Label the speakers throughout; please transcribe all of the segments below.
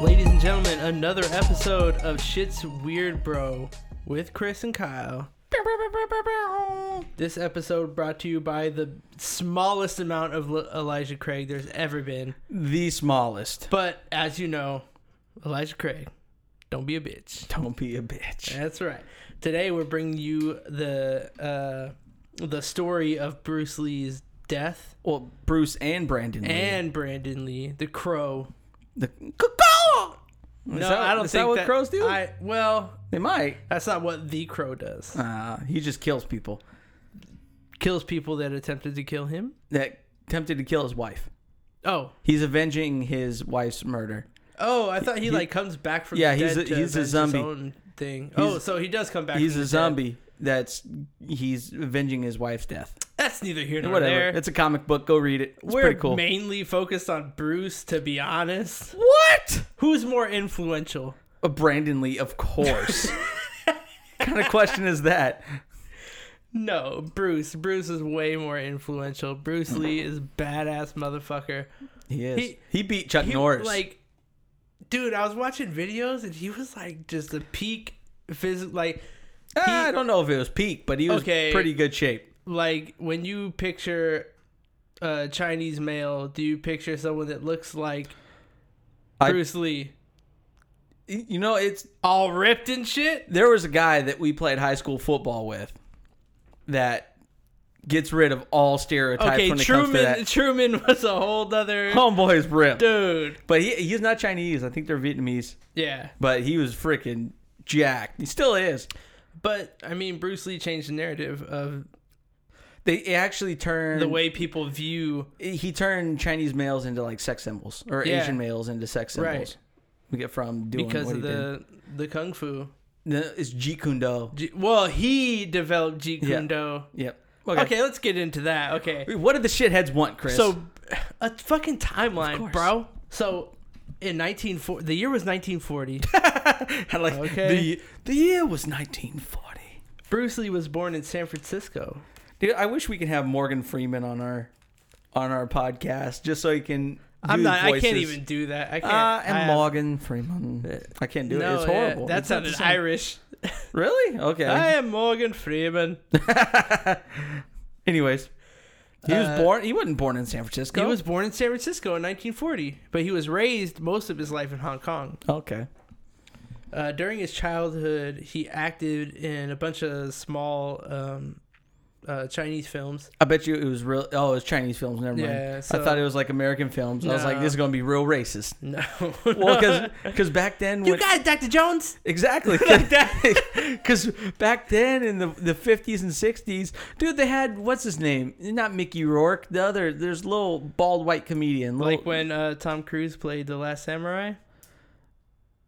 Speaker 1: Ladies and gentlemen, another episode of Shit's Weird Bro with Chris and Kyle. This episode brought to you by the smallest amount of L- Elijah Craig there's ever been.
Speaker 2: The smallest.
Speaker 1: But as you know, Elijah Craig, don't be a bitch.
Speaker 2: Don't be a bitch.
Speaker 1: That's right. Today we're bringing you the uh, the story of Bruce Lee's death
Speaker 2: Well, Bruce and Brandon. Lee.
Speaker 1: and Brandon Lee, the Crow.
Speaker 2: the cuckoo.
Speaker 1: No,
Speaker 2: that-
Speaker 1: I don't
Speaker 2: is that
Speaker 1: think
Speaker 2: what crows do?
Speaker 1: I, well,
Speaker 2: They might.
Speaker 1: that's not what the Crow does.
Speaker 2: Uh, he just kills people
Speaker 1: Kills people that attempted to kill him.
Speaker 2: that attempted to kill his wife.
Speaker 1: Oh,
Speaker 2: He's avenging his wife's murder.
Speaker 1: oh, I thought he, like comes back from
Speaker 2: Yeah,
Speaker 1: The
Speaker 2: he's
Speaker 1: dead
Speaker 2: a-
Speaker 1: to
Speaker 2: he's a
Speaker 1: avenge his
Speaker 2: zombie.
Speaker 1: own thing. oh, so he does come back.
Speaker 2: He's
Speaker 1: from
Speaker 2: a
Speaker 1: the dead.
Speaker 2: zombie. That's he's avenging his wife's death.
Speaker 1: That's neither here nor
Speaker 2: Whatever.
Speaker 1: there.
Speaker 2: It's a comic book. Go read it. It's
Speaker 1: We're
Speaker 2: pretty cool.
Speaker 1: mainly focused on Bruce, to be honest.
Speaker 2: what?
Speaker 1: Who's more influential?
Speaker 2: Uh, Brandon Lee, of course. kind of question is that?
Speaker 1: No, Bruce. Bruce is way more influential. Bruce Lee is badass motherfucker.
Speaker 2: He is.
Speaker 1: He-
Speaker 2: He, beat Chuck
Speaker 1: He,
Speaker 2: Norris.
Speaker 1: Like, dude, I was watching videos and he was like just the peak physical. Like,
Speaker 2: Ah,
Speaker 1: he-
Speaker 2: I don't know if it was peak, but he was
Speaker 1: Okay.
Speaker 2: pretty good shape.
Speaker 1: like when you picture a Chinese male, do you picture someone that looks like
Speaker 2: I-
Speaker 1: Bruce Lee,
Speaker 2: You know, it's
Speaker 1: all ripped and shit?
Speaker 2: there was a guy that we played high school football with that gets rid of all stereotypes
Speaker 1: Okay,
Speaker 2: when it comes
Speaker 1: Truman.
Speaker 2: to that. Oh.
Speaker 1: Truman was a whole other
Speaker 2: Homeboy's ripped,
Speaker 1: dude.
Speaker 2: but he he's not Chinese. I think they're Vietnamese,
Speaker 1: Yeah,
Speaker 2: but he was freaking jacked. He still is.
Speaker 1: but I mean, Bruce Lee changed the narrative of
Speaker 2: They actually turned
Speaker 1: the way people view
Speaker 2: he turned Chinese males into like sex symbols or
Speaker 1: Yeah.
Speaker 2: Asian males into sex symbols.
Speaker 1: Right.
Speaker 2: We get from doing
Speaker 1: because
Speaker 2: what
Speaker 1: of
Speaker 2: he did.
Speaker 1: the the kung fu.
Speaker 2: No, it's Jeet Kune Do.
Speaker 1: G- well, he developed Jeet
Speaker 2: Yeah.
Speaker 1: Kune Do.
Speaker 2: Yep.
Speaker 1: Okay. let's get into that. Okay,
Speaker 2: What did the shitheads want, Chris?
Speaker 1: so a fucking
Speaker 2: Of
Speaker 1: timeline,
Speaker 2: course.
Speaker 1: bro. So in 1940, the year was 1940.
Speaker 2: I like
Speaker 1: Okay.
Speaker 2: the the year was 1940.
Speaker 1: Bruce Lee was born in San Francisco.
Speaker 2: Dude, I wish we could have Morgan Freeman on our on our podcast just so he can. do
Speaker 1: I'm not. I can't
Speaker 2: voices.
Speaker 1: even do that. I can't.
Speaker 2: I am
Speaker 1: I- Uh,
Speaker 2: Morgan Freeman. I can't do it.
Speaker 1: No,
Speaker 2: It's
Speaker 1: yeah,
Speaker 2: horrible.
Speaker 1: that
Speaker 2: It's not the
Speaker 1: sounded
Speaker 2: same.
Speaker 1: Irish.
Speaker 2: Really? Okay.
Speaker 1: I am Morgan Freeman.
Speaker 2: Anyways, he was
Speaker 1: Uh,
Speaker 2: born. He wasn't born in San Francisco.
Speaker 1: He was born in San Francisco in 1940, but he was raised most of his life in Hong Kong.
Speaker 2: okay.
Speaker 1: Uh, during his childhood, he acted in a bunch of small um, uh, Chinese films.
Speaker 2: I bet you it was real. Oh, it was Chinese films. Never mind.
Speaker 1: Yeah, so-
Speaker 2: I thought it was like American films. I was like,
Speaker 1: No.
Speaker 2: this is gonna be real racist.
Speaker 1: No,
Speaker 2: Well, because back then,
Speaker 1: you
Speaker 2: when-
Speaker 1: guys, Dr. Jones.
Speaker 2: Exactly. Because back then in the the fifties and sixties, dude, they had what's his name? Not Mickey Rourke. The other, there's little bald white comedian. Little,
Speaker 1: Like when uh, Tom Cruise played The Last Samurai.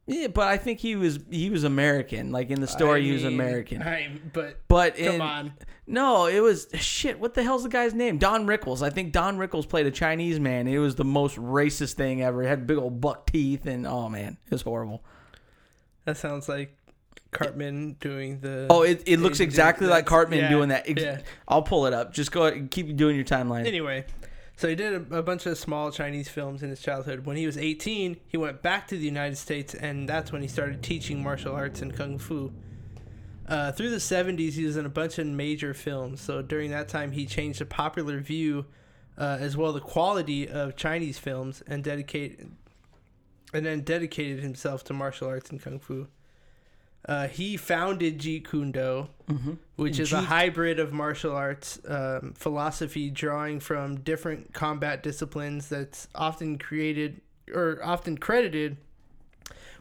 Speaker 2: yeah, but I think he was he was American. Like in the story, he was
Speaker 1: I mean,
Speaker 2: American.
Speaker 1: I, but
Speaker 2: but
Speaker 1: come
Speaker 2: in,
Speaker 1: on,
Speaker 2: no, it was shit. What the hell's the guy's name? Don Rickles. I think Don Rickles played a Chinese man. It was the most racist thing ever. It had big old buck teeth, and oh man, it was horrible.
Speaker 1: that sounds like Cartman doing the.
Speaker 2: Oh, it, it looks
Speaker 1: Asian dude.
Speaker 2: exactly like
Speaker 1: That's-
Speaker 2: Cartman
Speaker 1: yeah,
Speaker 2: doing that. Ex-
Speaker 1: yeah.
Speaker 2: I'll pull it up. Just go ahead and keep doing your timeline.
Speaker 1: Anyway, so he did a, a bunch of small Chinese films in his childhood. When he was 18, he went back to the United States, and that's when he started teaching martial arts and kung fu. Uh, through the 70s, he was in a bunch of major films. So during that time, he changed the popular view, uh, as well the quality of Chinese films, and dedicated, and then dedicated himself to martial arts and kung fu. Uh, he founded Jeet Kune Do, which is a
Speaker 2: Mm-hmm. Jeet-
Speaker 1: hybrid of martial arts um, philosophy drawing from different combat disciplines that's often created or often credited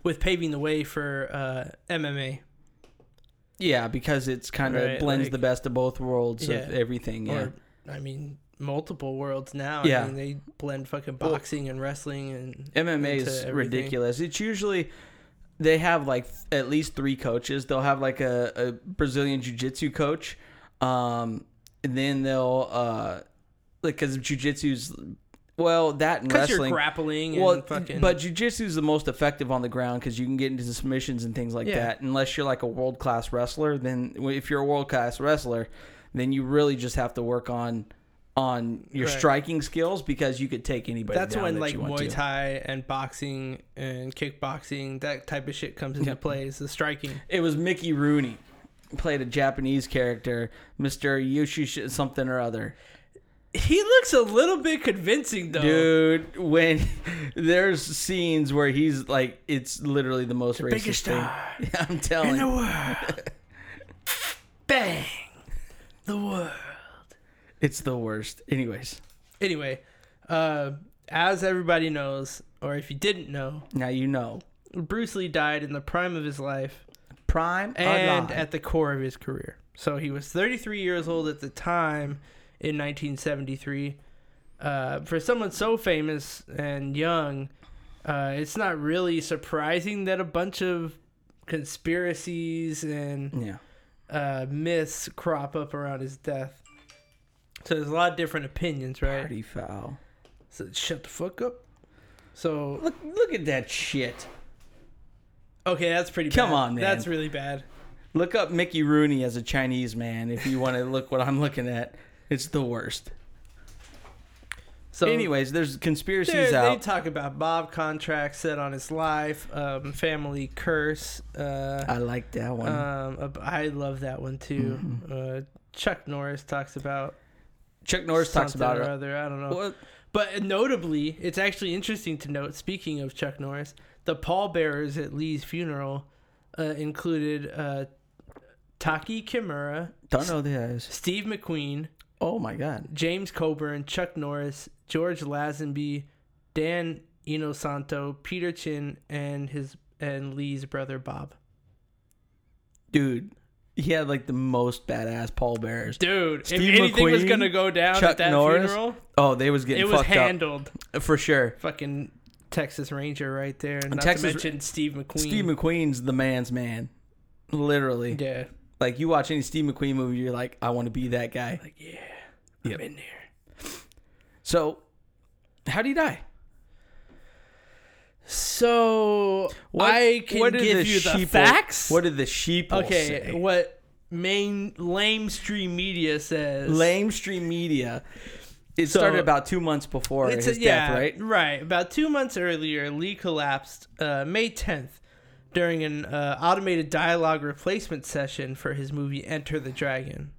Speaker 1: with paving the way for uh, MMA.
Speaker 2: Yeah, because it's kind of
Speaker 1: Right,
Speaker 2: blends
Speaker 1: like-
Speaker 2: the best of both worlds
Speaker 1: Yeah.
Speaker 2: of everything. Yeah.
Speaker 1: Or, I mean, multiple worlds now.
Speaker 2: Yeah.
Speaker 1: I mean, they blend fucking
Speaker 2: Well,
Speaker 1: boxing and wrestling and.
Speaker 2: MMA
Speaker 1: into
Speaker 2: is
Speaker 1: everything.
Speaker 2: ridiculous. It's usually they have like th- at least three coaches. They'll have like a, a Brazilian jiu-jitsu coach, um, and then they'll uh, like because jiu-jitsu's well that and
Speaker 1: Because you're
Speaker 2: wrestling.
Speaker 1: grappling and
Speaker 2: Well,
Speaker 1: fucking.
Speaker 2: but jujitsu is the most effective on the ground because you can get into submissions and things like
Speaker 1: Yeah.
Speaker 2: that. Unless you're like a world class wrestler, then if you're a world class wrestler, then you really just have to work on on your
Speaker 1: Right.
Speaker 2: striking skills because you could take anybody.
Speaker 1: That's
Speaker 2: down
Speaker 1: when
Speaker 2: that
Speaker 1: like
Speaker 2: you want
Speaker 1: Muay
Speaker 2: to.
Speaker 1: Thai and boxing and kickboxing, that type of shit comes into
Speaker 2: Yep.
Speaker 1: play is the striking.
Speaker 2: It was Mickey Rooney played a Japanese character, Mister Yoshi something or other.
Speaker 1: He looks a little bit convincing though.
Speaker 2: Dude, when there's scenes where he's like, it's literally the most racist
Speaker 1: biggest
Speaker 2: thing.
Speaker 1: star
Speaker 2: I'm telling.
Speaker 1: in the
Speaker 2: you.
Speaker 1: world. Bang. The world.
Speaker 2: it's the worst. Anyways,
Speaker 1: Anyway, uh, as everybody knows, or if you didn't know,
Speaker 2: now you know.
Speaker 1: Bruce Lee died in the prime of his life
Speaker 2: Prime
Speaker 1: and
Speaker 2: alive.
Speaker 1: at the core of his career. So he was 33 years old at the time in 1973. Uh, for someone so famous and young, uh, it's not really surprising that a bunch of conspiracies and
Speaker 2: yeah.
Speaker 1: uh, myths crop up around his death. So there's a lot of different opinions, right?
Speaker 2: Party foul.
Speaker 1: So shut the fuck up. So
Speaker 2: Look, look at that shit.
Speaker 1: okay, that's pretty.
Speaker 2: Come
Speaker 1: bad.
Speaker 2: on, man.
Speaker 1: That's really bad.
Speaker 2: Look up Mickey Rooney as a Chinese man if you want to look what I'm looking at. It's the worst.
Speaker 1: So
Speaker 2: Anyways, there's
Speaker 1: there-
Speaker 2: conspiracies
Speaker 1: they
Speaker 2: out.
Speaker 1: talk about Bob contract set on his life, um, family curse. Uh,
Speaker 2: I like that one. Mm-hmm.
Speaker 1: um, ab- I love that one too. Uh, Chuck Norris talks about
Speaker 2: Chuck Norris talks
Speaker 1: something
Speaker 2: about
Speaker 1: or
Speaker 2: it.
Speaker 1: other. I don't know.
Speaker 2: What?
Speaker 1: But notably, it's actually interesting to note. Speaking of Chuck Norris, the pallbearers at Lee's funeral uh, included uh, Taki Kimura,
Speaker 2: Don't know this.
Speaker 1: Steve McQueen,
Speaker 2: Oh my god.
Speaker 1: James Coburn, Chuck Norris, George Lazenby, Dan Inosanto, Peter Chin, and his and Lee's brother Bob.
Speaker 2: Dude, he had like the most badass pallbearers.
Speaker 1: Dude,
Speaker 2: Steve
Speaker 1: if anything was
Speaker 2: McQueen,
Speaker 1: gonna go down
Speaker 2: Chuck
Speaker 1: at that
Speaker 2: Norris,
Speaker 1: funeral,
Speaker 2: Oh, they was getting
Speaker 1: it was
Speaker 2: fucked
Speaker 1: handled.
Speaker 2: up for sure.
Speaker 1: Fucking Texas Ranger right there, and not
Speaker 2: Texas-
Speaker 1: to mention Steve McQueen.
Speaker 2: Steve McQueen's the man's man. Literally.
Speaker 1: yeah,
Speaker 2: Like you watch any Steve McQueen movie, you're like, I want to be that guy.
Speaker 1: like yeah,
Speaker 2: Yep.
Speaker 1: I'm in there.
Speaker 2: So, how do you die?
Speaker 1: So
Speaker 2: What-
Speaker 1: I can
Speaker 2: what did
Speaker 1: give you the
Speaker 2: sheeple-
Speaker 1: facts.
Speaker 2: What did the sheep
Speaker 1: okay,
Speaker 2: say?
Speaker 1: what main lamestream media says?
Speaker 2: Lamestream media. It
Speaker 1: So-
Speaker 2: started about two months before
Speaker 1: It's
Speaker 2: his
Speaker 1: a, yeah,
Speaker 2: death, right?
Speaker 1: About two months earlier, Lee collapsed uh, May 10th during an uh, automated dialogue replacement session for his movie Enter the Dragon.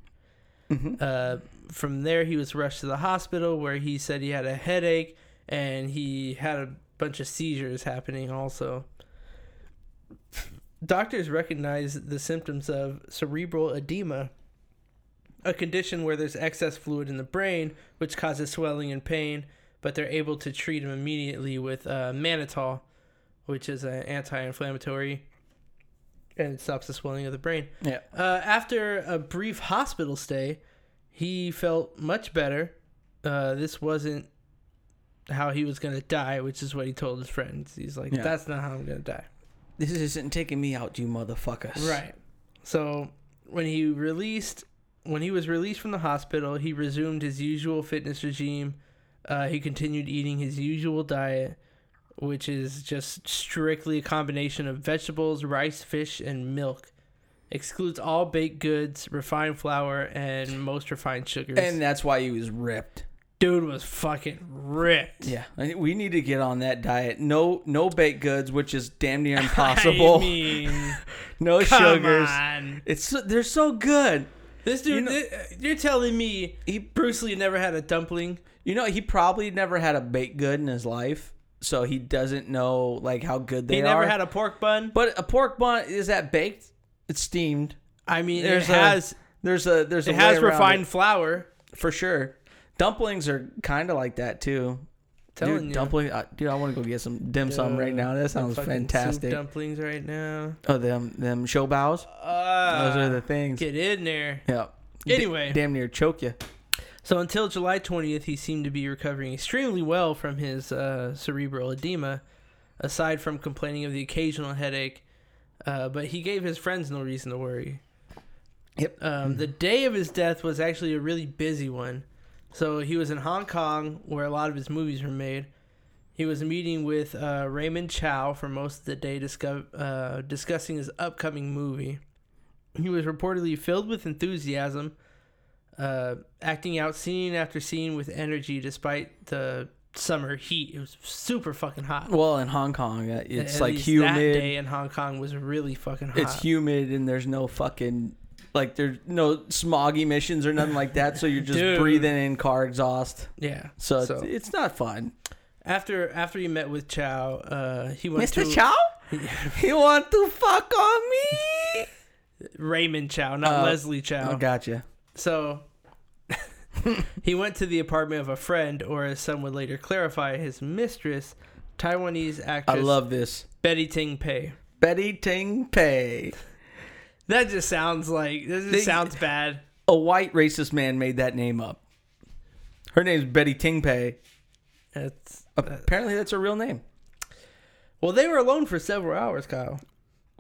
Speaker 2: Mm-hmm.
Speaker 1: Uh, from there, he was rushed to the hospital where he said he had a headache and he had a bunch of seizures happening also. Doctors recognized the symptoms of cerebral edema, a condition where there's excess fluid in the brain, which causes swelling and pain, but they're able to treat him immediately with uh, mannitol, which is an anti inflammatory and it stops the swelling of the brain.
Speaker 2: Yeah.
Speaker 1: Uh, after a brief hospital stay, he felt much better. Uh, this wasn't how he was going to die, which is what he told his friends. He's like,
Speaker 2: Yeah.
Speaker 1: that's not how I'm going to die.
Speaker 2: This isn't taking me out, you motherfuckers.
Speaker 1: Right. So when he released, when he was released from the hospital, he resumed his usual fitness regime. Uh, he continued eating his usual diet, which is just strictly a combination of vegetables, rice, fish, and milk. Excludes all baked goods, refined flour, and most refined sugars.
Speaker 2: And that's why he was ripped.
Speaker 1: dude was fucking ripped.
Speaker 2: Yeah, I mean, we need to get on that diet. No, no baked goods, which is damn near impossible.
Speaker 1: I mean,
Speaker 2: no
Speaker 1: come
Speaker 2: sugars.
Speaker 1: on.
Speaker 2: It's so, they're so good.
Speaker 1: This dude,
Speaker 2: You know-
Speaker 1: th- you're telling me
Speaker 2: He-
Speaker 1: Bruce Lee never had a dumpling?
Speaker 2: You know, he probably never had a baked good in his life, so he doesn't know like how good they
Speaker 1: He never
Speaker 2: are.
Speaker 1: had a pork bun.
Speaker 2: but a pork bun is that baked? It's steamed.
Speaker 1: I mean,
Speaker 2: There's
Speaker 1: it has
Speaker 2: a there's a there's a
Speaker 1: it has
Speaker 2: way around
Speaker 1: refined
Speaker 2: it,
Speaker 1: flour.
Speaker 2: for sure. Dumplings are kind of like that too.
Speaker 1: Telling
Speaker 2: dude,
Speaker 1: you,
Speaker 2: dumpling, I, dude, I want to go get some dim sum
Speaker 1: Yeah.
Speaker 2: right now. That sounds
Speaker 1: Fucking soup
Speaker 2: fantastic.
Speaker 1: Dumplings right now.
Speaker 2: oh, them them show bows. Those are the things.
Speaker 1: Ah, get in there.
Speaker 2: Yeah.
Speaker 1: Anyway.
Speaker 2: damn near choke you.
Speaker 1: So until July 20th, he seemed to be recovering extremely well from his uh, cerebral edema, aside from complaining of the occasional headache. Uh, but he gave his friends no reason to worry.
Speaker 2: Yep.
Speaker 1: Um, the day of his death was actually a really busy one. So he was in Hong Kong, where a lot of his movies were made. He was meeting with uh, Raymond Chow for most of the day, discuss- uh, discussing his upcoming movie. He was reportedly filled with enthusiasm uh, acting out scene after scene with energy despite the summer heat. It was super fucking hot.
Speaker 2: Well, in Hong Kong, uh, it's
Speaker 1: At
Speaker 2: like
Speaker 1: least That
Speaker 2: humid.
Speaker 1: day in Hong Kong was really fucking hot.
Speaker 2: It's humid, and there's no fucking like there's no smog emissions or nothing like that. So you're just
Speaker 1: Dude.
Speaker 2: breathing in car exhaust.
Speaker 1: yeah.
Speaker 2: So,
Speaker 1: So-
Speaker 2: It's, it's not fun.
Speaker 1: After after he met with Chow, uh, he went
Speaker 2: Mr.
Speaker 1: to
Speaker 2: Chow, you want to fuck on me?
Speaker 1: Raymond Chow, not
Speaker 2: Uh,
Speaker 1: Leslie Chow.
Speaker 2: Oh, gotcha.
Speaker 1: So he went to the apartment of a friend, or as some would later clarify, his mistress, Taiwanese
Speaker 2: I
Speaker 1: actress
Speaker 2: love this.
Speaker 1: Betty Ting Pei.
Speaker 2: Betty Ting Pei.
Speaker 1: That just sounds like that just
Speaker 2: They-
Speaker 1: sounds bad.
Speaker 2: A white racist man made that name up. Her name's Betty Ting Pei.
Speaker 1: It's,
Speaker 2: Apparently, that's her real name.
Speaker 1: well, they were alone for several hours, Kyle.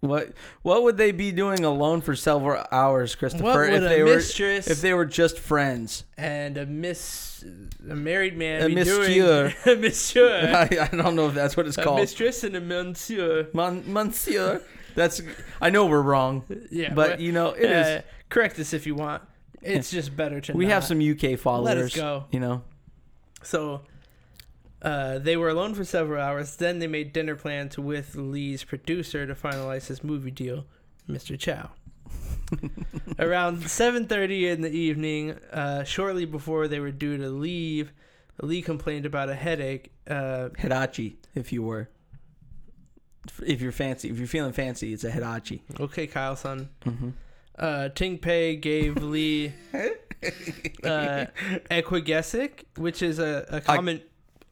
Speaker 2: What What would they be doing alone for several hours, Christopher?
Speaker 1: What would
Speaker 2: if
Speaker 1: a
Speaker 2: they were
Speaker 1: mistress-
Speaker 2: if they were just friends?
Speaker 1: And a miss, a married man,
Speaker 2: A
Speaker 1: be doing
Speaker 2: monsieur.
Speaker 1: a monsieur,
Speaker 2: I, I don't know if that's what it's
Speaker 1: a
Speaker 2: called,
Speaker 1: mistress, and a monsieur.
Speaker 2: Mon, Monsieur. That's I know we're wrong,
Speaker 1: Yeah,
Speaker 2: but you know it is.
Speaker 1: uh, correct us if you want. It's just better to.
Speaker 2: We
Speaker 1: not.
Speaker 2: have some UK followers.
Speaker 1: go.
Speaker 2: You know,
Speaker 1: So uh, they were alone for several hours. Then they made dinner plans with Lee's producer to finalize his movie deal, Mr. Chow. Around 7:30 in the evening, uh, shortly before they were due to leave, Lee complained about a headache. Uh,
Speaker 2: Hidachi, if you were, if you're fancy, if you're feeling fancy, it's a Hidachi.
Speaker 1: okay, Kyle, son.
Speaker 2: Mm-hmm.
Speaker 1: Uh, Ting Pei gave Lee uh, equagesic, which is a, a common.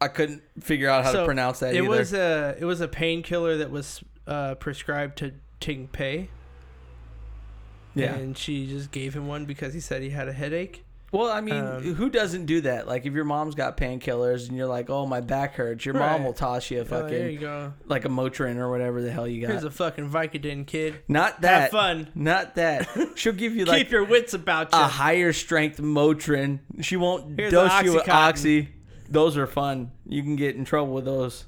Speaker 2: I couldn't figure out how
Speaker 1: So,
Speaker 2: to pronounce that
Speaker 1: it
Speaker 2: either.
Speaker 1: was a it was a painkiller that was uh, prescribed to Ting Pei.
Speaker 2: yeah.
Speaker 1: And she just gave him one because he said he had a headache.
Speaker 2: Well, I mean,
Speaker 1: Um,
Speaker 2: who doesn't do that? Like, if your mom's got painkillers and you're like, "Oh, my back hurts," your
Speaker 1: Right.
Speaker 2: mom will toss you a
Speaker 1: Oh, there
Speaker 2: fucking
Speaker 1: you go.
Speaker 2: like a Motrin or whatever the hell you got.
Speaker 1: Here's a fucking Vicodin, kid.
Speaker 2: Not
Speaker 1: Have
Speaker 2: that.
Speaker 1: fun.
Speaker 2: Not that. She'll give you like uh,
Speaker 1: Keep your wits about you.
Speaker 2: a higher strength Motrin. She won't
Speaker 1: Here's
Speaker 2: dose
Speaker 1: a
Speaker 2: you with
Speaker 1: Oxycontin.
Speaker 2: oxy. Those are fun. You can get in trouble with those.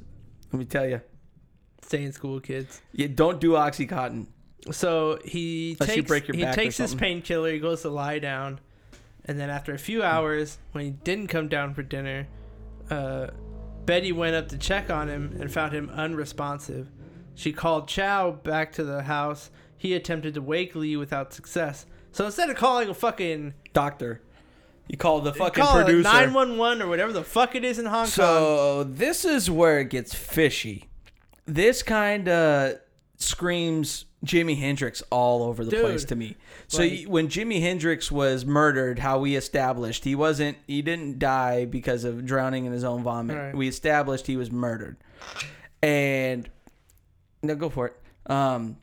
Speaker 2: Let me tell you.
Speaker 1: Stay in school, kids.
Speaker 2: Yeah, don't do oxycontin.
Speaker 1: So he
Speaker 2: Unless you
Speaker 1: takes
Speaker 2: break your
Speaker 1: he
Speaker 2: back or
Speaker 1: takes his
Speaker 2: something.
Speaker 1: painkiller. He goes to lie down, and then after a few hours, when he didn't come down for dinner, uh, Betty went up to check on him and found him unresponsive. She called Chow back to the house. He attempted to wake Lee without success. So instead of calling a fucking
Speaker 2: Doctor, you call the fucking
Speaker 1: call
Speaker 2: producer.
Speaker 1: nine one one or whatever the fuck it is in Hong Kong.
Speaker 2: So this is where it gets fishy. This kind of screams Jimi Hendrix all over the
Speaker 1: Dude,
Speaker 2: place to me. So
Speaker 1: like-
Speaker 2: y- when Jimi Hendrix was murdered, how we established he wasn't he didn't die because of drowning in his own vomit.
Speaker 1: Right.
Speaker 2: We established he was murdered. And no, go for it. Um,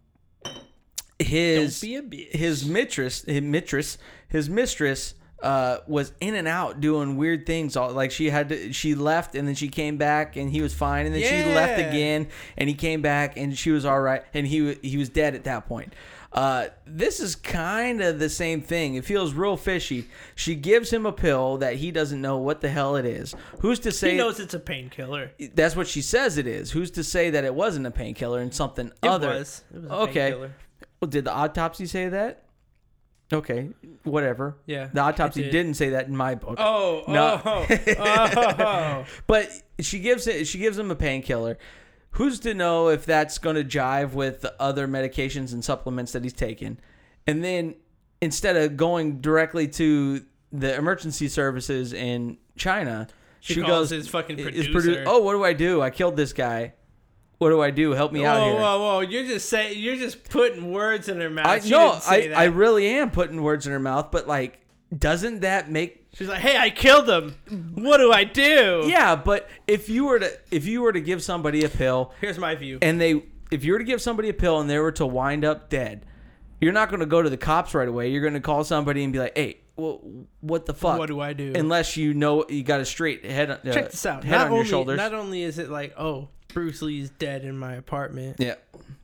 Speaker 2: his
Speaker 1: Don't be a bitch.
Speaker 2: his mistress his mistress his mistress uh, was in and out doing weird things all like she had to she left and then she came back and he was fine and then she left
Speaker 1: Yeah.
Speaker 2: again and he came back and she was all right and he wa- he was dead at that point uh, this is kind of the same thing it feels real fishy she gives him a pill that he doesn't know what the hell it is who's to say
Speaker 1: He knows it's a painkiller.
Speaker 2: that's what she says it is who's to say that it wasn't a painkiller and something
Speaker 1: It
Speaker 2: other
Speaker 1: was. It was a
Speaker 2: Okay.
Speaker 1: painkiller.
Speaker 2: well, did the autopsy say that? Okay, whatever.
Speaker 1: Yeah,
Speaker 2: The autopsy
Speaker 1: it did.
Speaker 2: did. not say that in my book.
Speaker 1: Oh,
Speaker 2: No.
Speaker 1: oh, oh.
Speaker 2: But she gives it. She gives him a painkiller. Who's to know if that's going to jive with the other medications and supplements that he's taken? And then instead of going directly to the emergency services in China,
Speaker 1: She
Speaker 2: she,
Speaker 1: calls
Speaker 2: goes.
Speaker 1: his fucking
Speaker 2: is produ-
Speaker 1: producer.
Speaker 2: oh, what do I do? I killed this guy. What do I do? Help me out
Speaker 1: whoa,
Speaker 2: here.
Speaker 1: whoa, whoa! You're just saying you're just putting words in her mouth.
Speaker 2: I
Speaker 1: she
Speaker 2: no,
Speaker 1: didn't say
Speaker 2: I,
Speaker 1: that.
Speaker 2: I really am putting words in her mouth, but like, doesn't that make?
Speaker 1: She's like, "Hey, I killed him. What do I do?"
Speaker 2: Yeah, but if you were to if you were to give somebody a pill
Speaker 1: Here's my view.
Speaker 2: and they if you were to give somebody a pill and they were to wind up dead, you're not going to go to the cops right away. You're going to call somebody and be like, "Hey, well, what the fuck?
Speaker 1: What do I do?
Speaker 2: Unless you know you got a straight head. on- Uh,
Speaker 1: Check this out.
Speaker 2: Head
Speaker 1: not
Speaker 2: on
Speaker 1: only,
Speaker 2: your shoulders.
Speaker 1: Not only is it like, "Oh, Bruce Lee's dead in my apartment,
Speaker 2: yeah.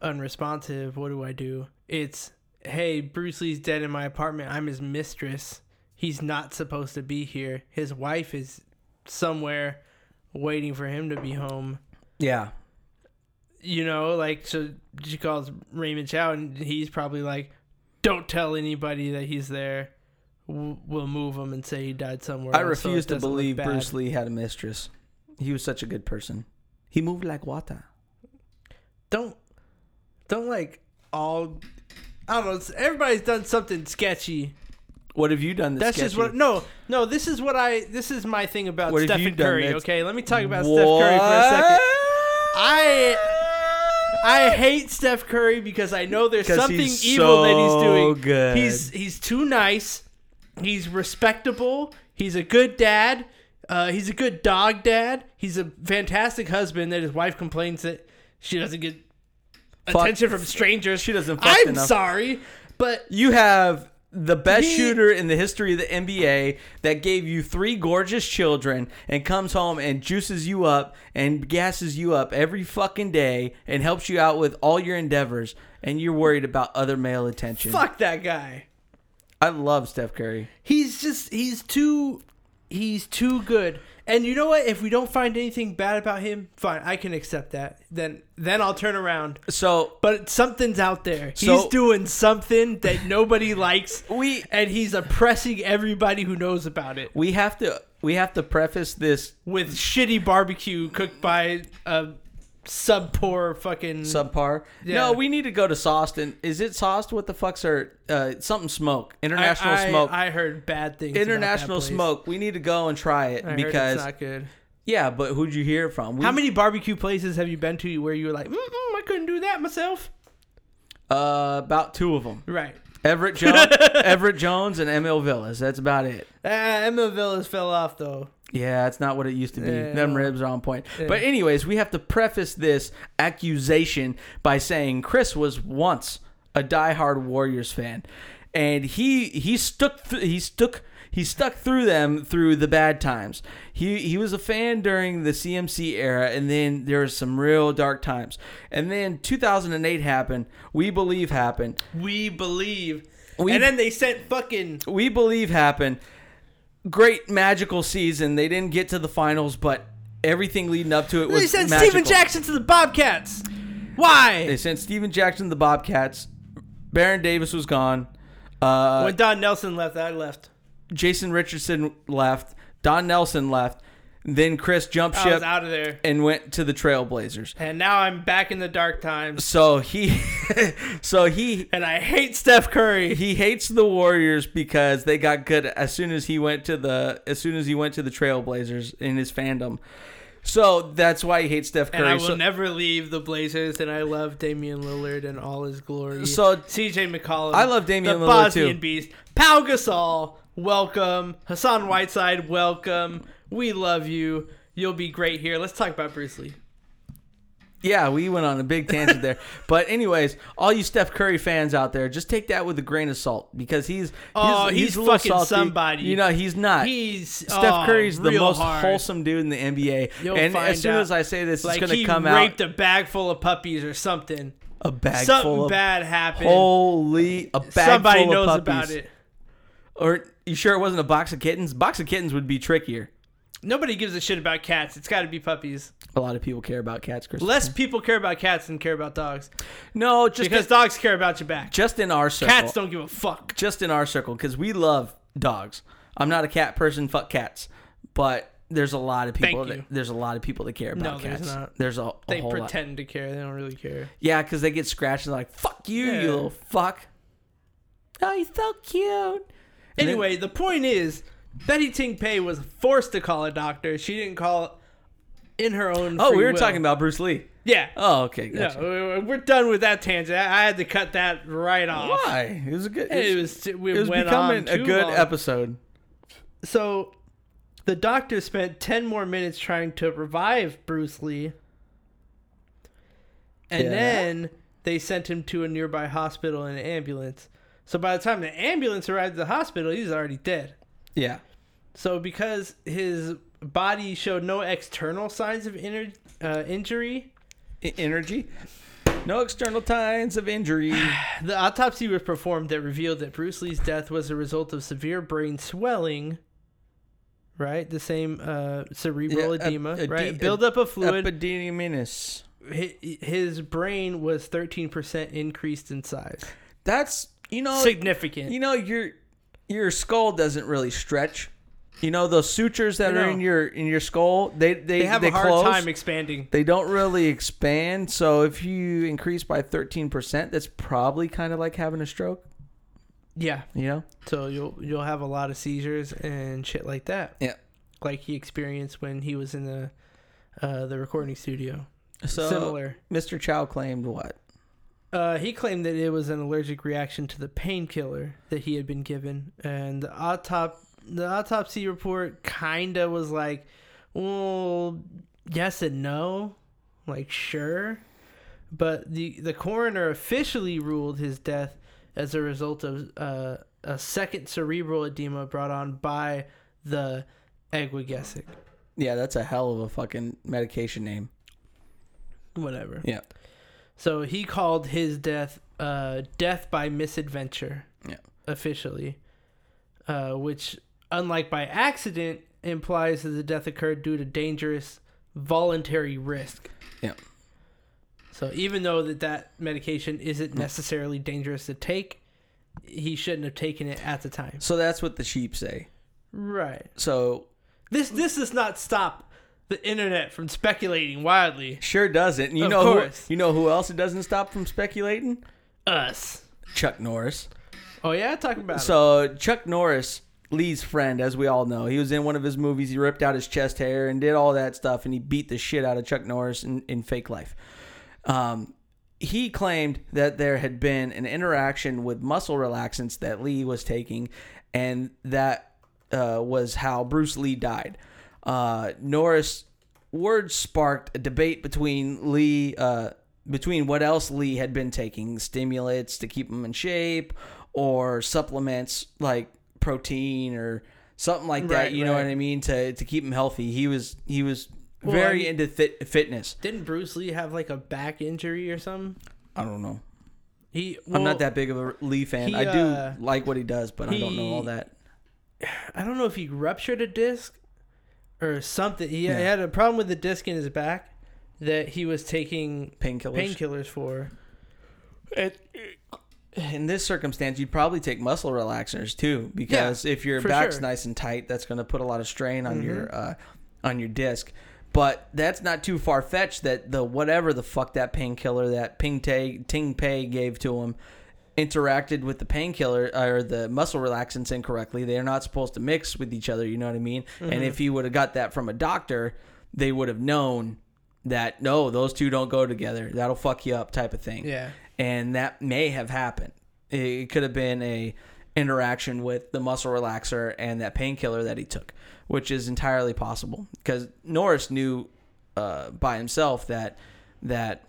Speaker 1: unresponsive. What do I do?" It's, "Hey, Bruce Lee's dead in my apartment. I'm his mistress. He's not supposed to be here. His wife is somewhere waiting for him to be home."
Speaker 2: Yeah.
Speaker 1: you know, like so she calls Raymond Chow and he's probably like, Don't tell anybody that he's there. w- will move him and say he died somewhere.
Speaker 2: I
Speaker 1: else, so it
Speaker 2: refuse to
Speaker 1: doesn't look
Speaker 2: believe
Speaker 1: bad.
Speaker 2: Bruce Lee had a mistress. He was such a good person. He moved like water.
Speaker 1: Don't don't like all. I don't know. it's- Everybody's done something sketchy.
Speaker 2: What have you done this
Speaker 1: That's just what. No, no. This is what I. This is my thing about
Speaker 2: What have you
Speaker 1: Stephen
Speaker 2: done
Speaker 1: Curry.
Speaker 2: that's-
Speaker 1: Okay, let me talk about Steph Curry for a second. I I hate Steph Curry because I know there's
Speaker 2: 'Cause
Speaker 1: something
Speaker 2: he's
Speaker 1: evil that
Speaker 2: so
Speaker 1: he's doing.
Speaker 2: good.
Speaker 1: He's he's too nice. He's respectable. He's a good dad. Uh, he's a good dog dad. He's a fantastic husband that his wife complains that she doesn't get
Speaker 2: Fuck-
Speaker 1: attention from strangers.
Speaker 2: She doesn't fuck
Speaker 1: I'm
Speaker 2: enough.
Speaker 1: sorry, but
Speaker 2: You have the best
Speaker 1: He-
Speaker 2: shooter in the history of the NBA that gave you three gorgeous children and comes home and juices you up and gasses you up every fucking day and helps you out with all your endeavors and you're worried about other male attention.
Speaker 1: fuck that guy.
Speaker 2: I love Steph Curry.
Speaker 1: He's just he's too he's too good. And you know what? If we don't find anything bad about him, fine, I can accept that. Then then I'll turn around.
Speaker 2: So
Speaker 1: But something's out there.
Speaker 2: So-
Speaker 1: he's doing something that nobody likes.
Speaker 2: We-
Speaker 1: and he's oppressing everybody who knows about it
Speaker 2: we have to we have to preface this
Speaker 1: with shitty barbecue cooked by a sub poor fucking
Speaker 2: subpar.
Speaker 1: Mm-hmm. Yeah.
Speaker 2: No, we need to go to Sauced. And is it Sauced? What the fuck's are uh, something smoke? International
Speaker 1: I, I-
Speaker 2: smoke.
Speaker 1: I heard bad things. about that
Speaker 2: International
Speaker 1: place.
Speaker 2: smoke. We need to go and try it
Speaker 1: I heard
Speaker 2: because
Speaker 1: it's not good.
Speaker 2: yeah, but who'd you hear it from? We,
Speaker 1: How many barbecue places have you been to where you were like, Mm-mm, I couldn't do that myself?
Speaker 2: Uh, about two of them.
Speaker 1: Right.
Speaker 2: Everett Jones, Everett Jones, and Emil Villas. That's about it.
Speaker 1: Uh, Emma Villas fell off though.
Speaker 2: Yeah, that's not what it used to be.
Speaker 1: Yeah.
Speaker 2: Them ribs are on point. But anyways, we have to preface this accusation by saying Chris was once a diehard Warriors fan, and he he stuck th- he stuck he stuck through them through the bad times. He he was a fan during the CMC era, and then there was some real dark times. And then 2008 happened. We believe happened.
Speaker 1: We believe.
Speaker 2: We-
Speaker 1: and then they sent fucking
Speaker 2: we believe happened. Great magical season. They didn't get to the finals, but everything leading up to it was
Speaker 1: They sent
Speaker 2: magical.
Speaker 1: Steven Jackson to the Bobcats. Why?
Speaker 2: They sent Steven Jackson to the Bobcats. Baron Davis was gone. Uh,
Speaker 1: when Don Nelson left, I left.
Speaker 2: Jason Richardson left. Don Nelson left. Then Chris jumped
Speaker 1: I
Speaker 2: ship
Speaker 1: was out of there.
Speaker 2: and went to the Trailblazers.
Speaker 1: And now I'm back in the dark times.
Speaker 2: So he, so he
Speaker 1: And I hate Steph Curry.
Speaker 2: he hates the Warriors because they got good as soon as he went to the as soon as he went to the Trailblazers in his fandom. So that's why he hates Steph Curry.
Speaker 1: And I will
Speaker 2: So-
Speaker 1: never leave the Blazers. And I love Damian Lillard and all his glory.
Speaker 2: So-
Speaker 1: CJ McCollum.
Speaker 2: I love Damian
Speaker 1: the
Speaker 2: Lillard,
Speaker 1: Bosnian
Speaker 2: too.
Speaker 1: Beast. Pau Gasol, welcome. Hassan Whiteside, welcome. We love you. You'll be great here. Let's talk about Bruce Lee.
Speaker 2: yeah, we went on a big tangent there. But anyways, all you Steph Curry fans out there, just take that with a grain of salt because he's
Speaker 1: Oh,
Speaker 2: he's,
Speaker 1: he's
Speaker 2: a little
Speaker 1: fucking
Speaker 2: salty.
Speaker 1: somebody.
Speaker 2: You know, he's not.
Speaker 1: He's
Speaker 2: Steph
Speaker 1: oh,
Speaker 2: Curry's the
Speaker 1: real
Speaker 2: most
Speaker 1: hard.
Speaker 2: wholesome dude in the NBA.
Speaker 1: You'll
Speaker 2: and
Speaker 1: find
Speaker 2: as soon
Speaker 1: out.
Speaker 2: as I say this,
Speaker 1: Like
Speaker 2: it's going
Speaker 1: he
Speaker 2: to come
Speaker 1: raped
Speaker 2: out
Speaker 1: a bag full of puppies or something.
Speaker 2: a bag
Speaker 1: something
Speaker 2: full of
Speaker 1: bad happened.
Speaker 2: holy a bag
Speaker 1: Somebody
Speaker 2: full of
Speaker 1: knows
Speaker 2: puppies.
Speaker 1: about it.
Speaker 2: Or you sure it wasn't a box of kittens? Box of kittens would be trickier.
Speaker 1: Nobody gives a shit about cats. It's got to be puppies.
Speaker 2: A lot of people care about cats, Chris.
Speaker 1: Less people care about cats than care about dogs
Speaker 2: no, just
Speaker 1: because dogs care about your back.
Speaker 2: just in our circle.
Speaker 1: Cats don't give a fuck.
Speaker 2: Just in our circle, because we love dogs. I'm not a cat person. Fuck cats. But there's a lot of people.
Speaker 1: Thank
Speaker 2: That,
Speaker 1: you.
Speaker 2: there's a lot of people that care about
Speaker 1: No, there's
Speaker 2: cats.
Speaker 1: not.
Speaker 2: There's a, a
Speaker 1: They
Speaker 2: whole lot.
Speaker 1: pretend to care. They don't really care.
Speaker 2: Yeah, because they get scratched and they're like, "Fuck you,
Speaker 1: Yeah.
Speaker 2: you little fuck." Oh, he's so cute. And then-
Speaker 1: Anyway, the point is, Betty Ting Pei was forced to call a doctor. She didn't call in her own.
Speaker 2: oh,
Speaker 1: free
Speaker 2: we were
Speaker 1: will.
Speaker 2: talking about Bruce Lee.
Speaker 1: Yeah.
Speaker 2: Oh, okay, gotcha.
Speaker 1: No, we- we're done with that tangent. I I had to cut that right off.
Speaker 2: Why? It was a good.
Speaker 1: It was we
Speaker 2: it was
Speaker 1: went on
Speaker 2: becoming a
Speaker 1: too
Speaker 2: good
Speaker 1: long.
Speaker 2: episode.
Speaker 1: So the doctor spent 10 more minutes trying to revive Bruce Lee. And
Speaker 2: Yeah.
Speaker 1: then they sent him to a nearby hospital in an ambulance. So by the time the ambulance arrived at the hospital, he was already dead.
Speaker 2: Yeah.
Speaker 1: So because his body showed no external signs of inner, uh, injury, E-,
Speaker 2: I- energy. No external signs of injury.
Speaker 1: The autopsy was performed that revealed that Bruce Lee's death was a result of severe brain swelling. Right, the same uh, cerebral
Speaker 2: Yeah, ep-
Speaker 1: edema.
Speaker 2: ede-
Speaker 1: right, buildup of fluid.
Speaker 2: Epididymis.
Speaker 1: Hi- His brain was thirteen percent increased in size.
Speaker 2: That's you know
Speaker 1: Oh, Significant.
Speaker 2: you know you're your skull doesn't really stretch. You know those sutures that
Speaker 1: I
Speaker 2: are
Speaker 1: know.
Speaker 2: in your in your skull. They they,
Speaker 1: They have a hard
Speaker 2: close.
Speaker 1: time expanding.
Speaker 2: They don't really expand. So if you increase by thirteen percent, that's probably kind of like having a stroke.
Speaker 1: Yeah,
Speaker 2: You know.
Speaker 1: so you'll you'll have a lot of seizures and shit like that.
Speaker 2: Yeah.
Speaker 1: like he experienced when he was in the uh, the recording studio.
Speaker 2: So
Speaker 1: Similar.
Speaker 2: Mr. Chow claimed what?
Speaker 1: Uh, he claimed that it was an allergic reaction to the painkiller that he had been given, and the autop the autopsy report kinda was like, well, yes and no, like sure, but the the coroner officially ruled his death as a result of uh, a second cerebral edema brought on by the aguagesic,
Speaker 2: Yeah, that's a hell of a fucking medication name.
Speaker 1: whatever.
Speaker 2: Yeah.
Speaker 1: So he called his death uh, death by misadventure.
Speaker 2: Yeah.
Speaker 1: Officially. Uh, which, unlike by accident, implies that the death occurred due to dangerous voluntary risk.
Speaker 2: Yeah.
Speaker 1: So even though that, that medication isn't necessarily dangerous to take, he shouldn't have taken it at the time.
Speaker 2: So that's what the sheep say.
Speaker 1: Right.
Speaker 2: So
Speaker 1: This this does not stop the internet from speculating wildly.
Speaker 2: sure doesn't. You
Speaker 1: Of
Speaker 2: know
Speaker 1: course.
Speaker 2: Who, you know who else it doesn't stop from speculating?
Speaker 1: Us.
Speaker 2: Chuck Norris.
Speaker 1: Oh yeah, talking about it.
Speaker 2: So Chuck Norris, Lee's friend, as we all know, he was in one of his movies. He ripped out his chest hair and did all that stuff, and he beat the shit out of Chuck Norris in, in Fake Life. Um, he claimed that there had been an interaction with muscle relaxants that Lee was taking, and that uh, was how Bruce Lee died. Uh, Norris words sparked a debate between Lee, uh, between what else Lee had been taking, stimulants to keep him in shape, or supplements like protein or something like that.
Speaker 1: Right,
Speaker 2: You know
Speaker 1: right.
Speaker 2: what I mean? To to keep him healthy. He was he was
Speaker 1: Well, I
Speaker 2: very
Speaker 1: mean-
Speaker 2: into fit, fitness.
Speaker 1: Didn't Bruce Lee have like a back injury or something?
Speaker 2: I don't know.
Speaker 1: He
Speaker 2: I'm
Speaker 1: well,
Speaker 2: not that big of a Lee fan.
Speaker 1: he,
Speaker 2: I do
Speaker 1: uh,
Speaker 2: like what he does, but I don't know all
Speaker 1: he-
Speaker 2: that.
Speaker 1: I don't know if he ruptured a disc or something. He
Speaker 2: Yeah.
Speaker 1: had a problem with the disc in his back that he was taking
Speaker 2: Painkillers.
Speaker 1: painkillers for.
Speaker 2: In this circumstance, you'd probably take muscle relaxers too, because if your
Speaker 1: for
Speaker 2: back's
Speaker 1: sure. Mm-hmm.
Speaker 2: nice and tight, that's going to put a lot of strain on your uh, on your disc. But that's not too far fetched. That the whatever the fuck that painkiller that Ping Tay Ting Pei gave to him interacted with the painkiller uh, or the muscle relaxants incorrectly. They're not supposed to mix with each other. You know what I mean?
Speaker 1: Mm-hmm.
Speaker 2: And if he would have got that from a doctor, they would have known that no, those two don't go together. That'll fuck you up, type of thing
Speaker 1: Yeah.
Speaker 2: and that may have happened. It could have been a interaction with the muscle relaxer and that painkiller that he took, which is entirely possible because Norris knew uh, by himself that that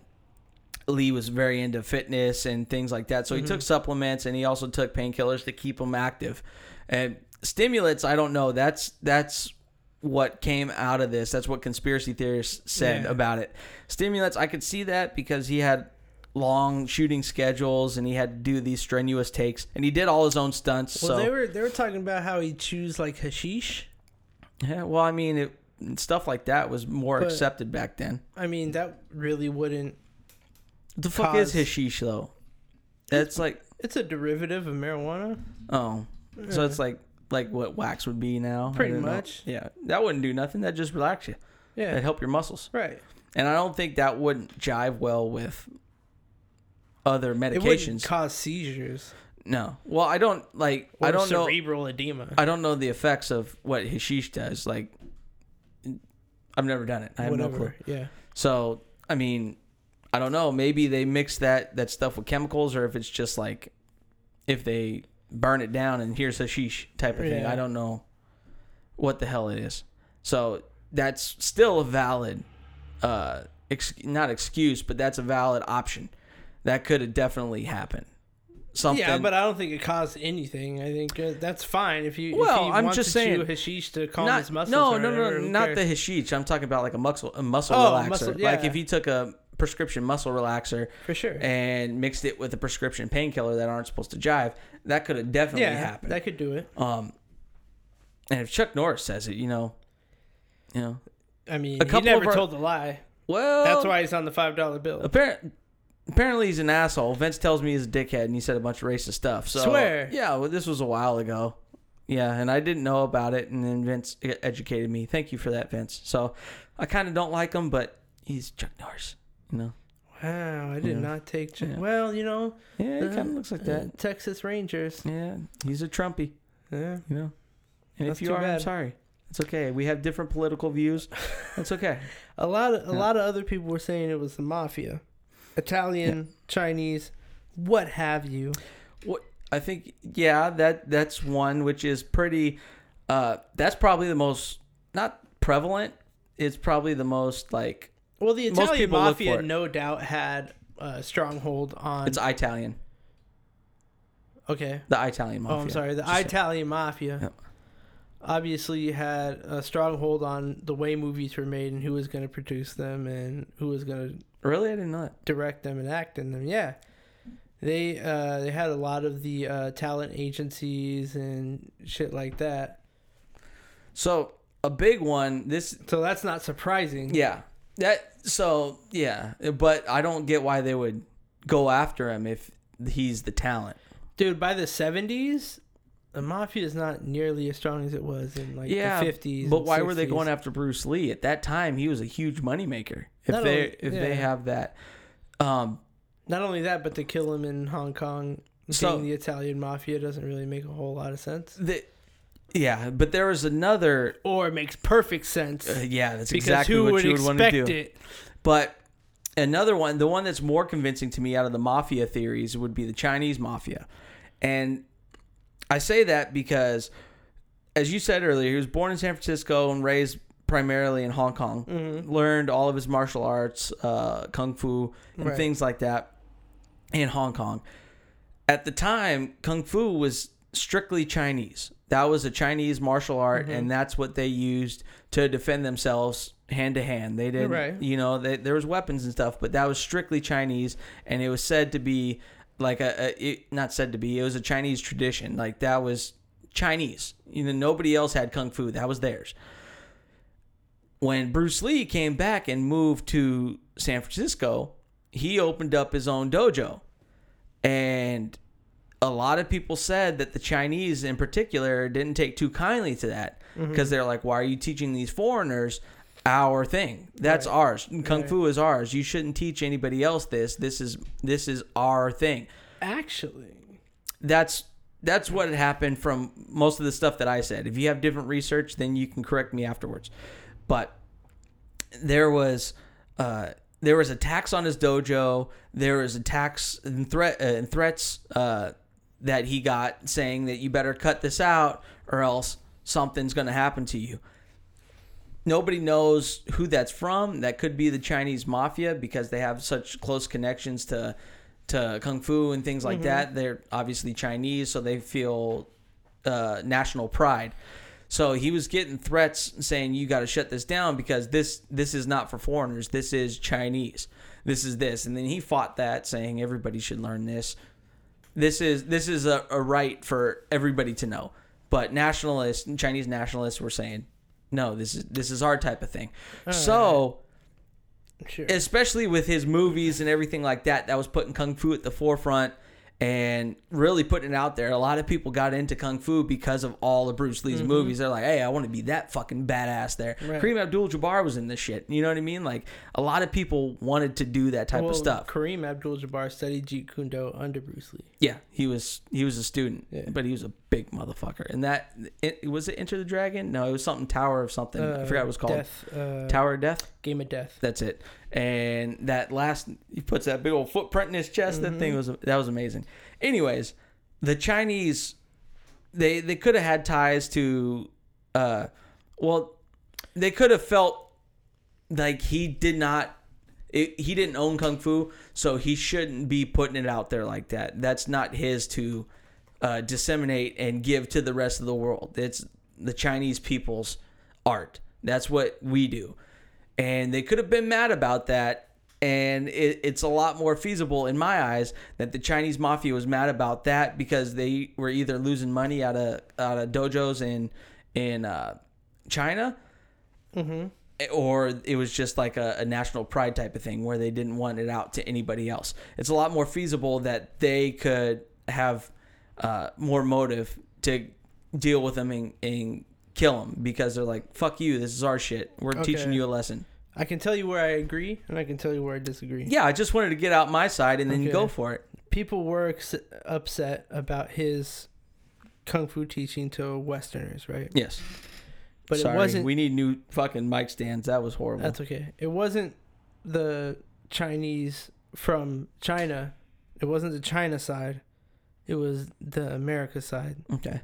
Speaker 2: Lee was very into fitness and things like that. So he
Speaker 1: Mm-hmm.
Speaker 2: took supplements and he also took painkillers to keep him active. And stimulants, I don't know. That's that's what came out of this. That's what conspiracy theorists said
Speaker 1: Yeah.
Speaker 2: about it. Stimulants, I could see that because he had long shooting schedules and he had to do these strenuous takes and he did all his own stunts.
Speaker 1: Well,
Speaker 2: so
Speaker 1: they were they were talking about how he chews like hashish.
Speaker 2: yeah, well, I mean, it, stuff like that was more
Speaker 1: But-
Speaker 2: accepted back then.
Speaker 1: I mean, that really wouldn't.
Speaker 2: What the fuck
Speaker 1: Cause-
Speaker 2: is hashish though? That's like
Speaker 1: It's a derivative of marijuana.
Speaker 2: Oh, so it's like like what wax would be now. I
Speaker 1: Pretty
Speaker 2: don't know.
Speaker 1: much.
Speaker 2: Yeah, that wouldn't do nothing. That just relax you.
Speaker 1: Yeah.
Speaker 2: That'd help your muscles.
Speaker 1: Right.
Speaker 2: And I don't think that wouldn't jive well with other
Speaker 1: It wouldn't
Speaker 2: medications.
Speaker 1: cause seizures.
Speaker 2: no. Well, I don't like.
Speaker 1: Or
Speaker 2: I don't know.
Speaker 1: cerebral edema.
Speaker 2: I don't know the effects of what hashish does. Like, I've never done it. I have
Speaker 1: Whatever.
Speaker 2: no clue.
Speaker 1: Yeah.
Speaker 2: So I mean, I don't know. Maybe they mix that that stuff with chemicals, or if it's just like if they burn it down and here's hashish type of thing.
Speaker 1: Yeah.
Speaker 2: I don't know what the hell it is. So that's still a valid, uh, ex- not excuse, but that's a valid option. That could have definitely happened. Something.
Speaker 1: Yeah, but I don't think it caused anything. I think uh, that's fine if you.
Speaker 2: Well,
Speaker 1: if he
Speaker 2: I'm
Speaker 1: wants
Speaker 2: just
Speaker 1: to chew
Speaker 2: saying-
Speaker 1: hashish to calm
Speaker 2: not,
Speaker 1: his muscles.
Speaker 2: no,
Speaker 1: or
Speaker 2: no, no,
Speaker 1: whatever, who
Speaker 2: not
Speaker 1: cares?
Speaker 2: the hashish. I'm talking about like a muscle, a muscle
Speaker 1: Oh,
Speaker 2: relaxer.
Speaker 1: muscle-
Speaker 2: Like
Speaker 1: yeah.
Speaker 2: if you took a prescription muscle relaxer
Speaker 1: for sure.
Speaker 2: and mixed it with a prescription painkiller that aren't supposed to jive, that could have definitely
Speaker 1: yeah,
Speaker 2: happened.
Speaker 1: that could do it.
Speaker 2: um, and if Chuck Norris says it, you know, you know,
Speaker 1: I mean,
Speaker 2: A
Speaker 1: he
Speaker 2: couple
Speaker 1: never
Speaker 2: of our- Oh.
Speaker 1: told a lie.
Speaker 2: well,
Speaker 1: That's why he's on the five dollar bill.
Speaker 2: Apparent, apparently, he's an asshole. Vince tells me he's a dickhead, and he said a bunch of racist stuff. So
Speaker 1: Swear.
Speaker 2: yeah, well, this was a while ago. Yeah, and I didn't know about it, and then Vince e- educated me. Thank you for that, Vince. So I kind of don't like him, but he's Chuck Norris, you know.
Speaker 1: Wow, I did
Speaker 2: Yeah.
Speaker 1: not take. Ch-
Speaker 2: Yeah.
Speaker 1: Well, you know,
Speaker 2: Yeah, he
Speaker 1: uh,
Speaker 2: kind of looks like
Speaker 1: uh,
Speaker 2: that.
Speaker 1: Texas Rangers.
Speaker 2: Yeah, he's a Trumpy,
Speaker 1: Yeah.
Speaker 2: you know. And
Speaker 1: That's
Speaker 2: if you
Speaker 1: too
Speaker 2: are, I'm
Speaker 1: bad.
Speaker 2: sorry. It's okay. We have different political views. That's okay.
Speaker 1: A lot of a
Speaker 2: Yeah.
Speaker 1: lot of other people were saying it was the mafia, Italian, Chinese, what have you.
Speaker 2: I think yeah, that that's one which is pretty. Uh, that's probably the most not prevalent. It's probably the most like
Speaker 1: Well, the
Speaker 2: Most
Speaker 1: Italian
Speaker 2: people look for
Speaker 1: mafia
Speaker 2: it.
Speaker 1: no doubt had a stronghold on.
Speaker 2: it's Italian,
Speaker 1: okay.
Speaker 2: the Italian mafia.
Speaker 1: Oh, I'm sorry. The
Speaker 2: Just-
Speaker 1: Italian mafia
Speaker 2: Yep.
Speaker 1: obviously had a stronghold on the way movies were made and who was going to produce them and who was going to
Speaker 2: Really, I didn't know that.
Speaker 1: direct them and act in them. Yeah, they uh, they had a lot of the uh, talent agencies and shit like that.
Speaker 2: So a big one. This
Speaker 1: So that's not surprising.
Speaker 2: yeah. That so yeah, but I don't get why they would go after him if he's the talent.
Speaker 1: dude. By the seventies, the mafia is not nearly as strong as it was in like
Speaker 2: Yeah,
Speaker 1: the fifties.
Speaker 2: But why were they going after Bruce Lee at that time? He was a huge moneymaker. If
Speaker 1: Not
Speaker 2: they
Speaker 1: only-
Speaker 2: if they
Speaker 1: yeah.
Speaker 2: have that, um,
Speaker 1: Not only that, but to kill him in Hong Kong,
Speaker 2: So-
Speaker 1: being the Italian mafia doesn't really make a whole lot of sense.
Speaker 2: the yeah, but there was another.
Speaker 1: Or it makes perfect sense
Speaker 2: Uh, yeah, that's
Speaker 1: because
Speaker 2: exactly
Speaker 1: who
Speaker 2: what
Speaker 1: would
Speaker 2: you would want to
Speaker 1: expect
Speaker 2: do.
Speaker 1: it?
Speaker 2: But another one, the one that's more convincing to me out of the mafia theories would be the Chinese mafia, and I say that because, as you said earlier, he was born in San Francisco and raised primarily in Hong Kong.
Speaker 1: Mm-hmm.
Speaker 2: Learned all of his martial arts, uh, kung fu, and
Speaker 1: Right.
Speaker 2: things like that in Hong Kong. At the time, kung fu was strictly Chinese. That was a Chinese martial art, and that's what they used to defend themselves hand to hand. They didn't,
Speaker 1: Right.
Speaker 2: you know, they, there was weapons and stuff, but that was strictly Chinese, and it was said to be like a, a it, not said to be, it was a Chinese tradition. Like that was Chinese. You know, nobody else had kung fu. That was theirs when Bruce Lee came back and moved to San Francisco, he opened up his own dojo. And a lot of people said that the Chinese in particular didn't take too kindly to that
Speaker 1: Mm-hmm.
Speaker 2: because they're like, why are you teaching these foreigners our thing? That's
Speaker 1: Right.
Speaker 2: ours. Kung
Speaker 1: Right.
Speaker 2: fu is ours. You shouldn't teach anybody else this. This is this is our thing
Speaker 1: Actually,
Speaker 2: that's that's what had happened from most of the stuff that I said. If you have different research, then you can correct me afterwards. But there was uh, there was attacks on his dojo. There was attacks and threat uh, and threats uh, that he got saying that you better cut this out or else something's going to happen to you. Nobody knows who that's from. That could be the Chinese mafia because they have such close connections to to kung fu and things like that. They're obviously Chinese, so they feel uh, national pride. So he was getting threats saying you got to shut this down because this this is not for foreigners. This is Chinese. This is this. And then he fought that saying everybody should learn this. This is this is a, a right for everybody to know. But nationalists, Chinese nationalists were saying, no, this is this is our type of thing. so
Speaker 1: sure.
Speaker 2: especially with his movies and everything like that that was putting kung fu at the forefront and really putting it out there a lot of people got into kung fu because of all of bruce lee's movies they're like hey i want to be that fucking badass there
Speaker 1: Mm-hmm. Right.
Speaker 2: kareem abdul-jabbar was in this shit you know what i mean like a lot of people wanted to do that type
Speaker 1: well,
Speaker 2: of stuff
Speaker 1: Kareem Abdul-Jabbar studied Jeet Kune Do under Bruce Lee.
Speaker 2: yeah he was he was a student
Speaker 1: Yeah.
Speaker 2: but he was a big motherfucker and that it, was it enter the dragon no it was something tower of something i forgot what it was called
Speaker 1: Death, uh,
Speaker 2: tower of death
Speaker 1: Game of Death.
Speaker 2: That's it. And that last, he puts that big old footprint in his chest. That thing was
Speaker 1: Mm-hmm.
Speaker 2: that was amazing. Anyways, the Chinese, they they could have had ties to, uh, well, they could have felt like he did not. It, he didn't own kung fu, so he shouldn't be putting it out there like that. That's not his to uh, disseminate and give to the rest of the world. It's the Chinese people's art. That's what we do and they could have been mad about that. And it, it's a lot more feasible in my eyes that the Chinese mafia was mad about that because they were either losing money out of out of dojos in in uh, China, or it was just like a, a national pride type of thing where they didn't want it out to anybody else. It's a lot more feasible that they could have uh, more motive to deal with them and, and kill them because they're like, "Fuck you! This is our shit. We're teaching
Speaker 1: Okay.
Speaker 2: you a lesson."
Speaker 1: I can tell you where I agree and I can tell you where I disagree.
Speaker 2: Yeah, I just wanted to get out my side and then
Speaker 1: Okay.
Speaker 2: go for it.
Speaker 1: People were ex- upset about his kung fu teaching to Westerners, right?
Speaker 2: Yes,
Speaker 1: But
Speaker 2: Sorry.
Speaker 1: it wasn't.
Speaker 2: We need new fucking mic stands. That was horrible.
Speaker 1: That's okay. It wasn't the Chinese from China. It wasn't the China side. It was the America side.
Speaker 2: okay.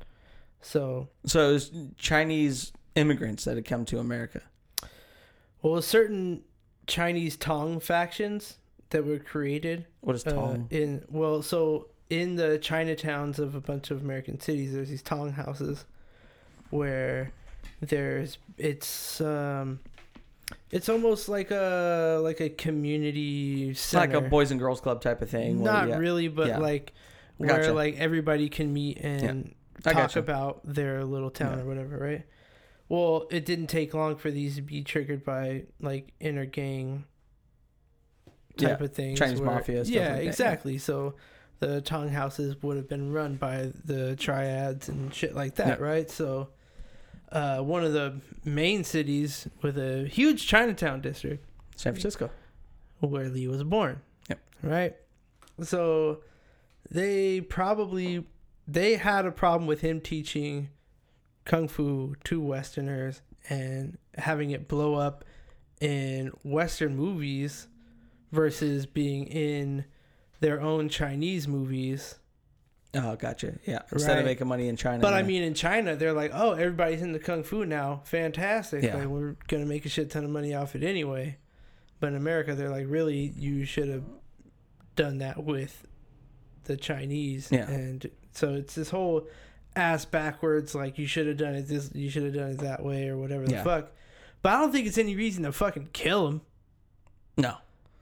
Speaker 1: So,
Speaker 2: So it was Chinese immigrants that had come to America.
Speaker 1: well, certain Chinese Tong factions that were created
Speaker 2: What is
Speaker 1: uh,
Speaker 2: Tong?
Speaker 1: in well, so in the Chinatowns of a bunch of American cities, there's these Tong houses where there's it's um it's almost like a like a community
Speaker 2: it's
Speaker 1: center.
Speaker 2: like a boys and girls club type of thing. where-
Speaker 1: Not
Speaker 2: yeah.
Speaker 1: really, but
Speaker 2: Yeah.
Speaker 1: like
Speaker 2: I
Speaker 1: where
Speaker 2: gotcha.
Speaker 1: like everybody can meet and
Speaker 2: I
Speaker 1: talk
Speaker 2: gotcha.
Speaker 1: about their little town
Speaker 2: Yeah.
Speaker 1: or whatever, right? Well, it didn't take long for these to be triggered by like inner gang type of things.
Speaker 2: Chinese mafia, stuff
Speaker 1: yeah,
Speaker 2: like that, yeah.
Speaker 1: exactly. So the Tong houses would have been run by the triads and shit like that, right? So uh, one of the main cities with a huge Chinatown district
Speaker 2: San Francisco.
Speaker 1: where Lee was born.
Speaker 2: Yep.
Speaker 1: Right? So they probably they had a problem with him teaching kung fu to westerners and having it blow up in western movies versus being in their own Chinese movies.
Speaker 2: Oh, gotcha. Yeah. Instead of
Speaker 1: Right.
Speaker 2: making money in China.
Speaker 1: But I
Speaker 2: yeah.
Speaker 1: mean in China they're like, "Oh, everybody's into kung fu now. Fantastic.
Speaker 2: Yeah.
Speaker 1: Like, we're going to make a shit ton of money off it anyway." But in America they're like, "Really, you should have done that with the Chinese."
Speaker 2: Yeah.
Speaker 1: And so it's this whole ass backwards like you should have done it this you should have done it that way or whatever the
Speaker 2: Yeah.
Speaker 1: fuck. But I don't think it's any reason to fucking kill him.
Speaker 2: no.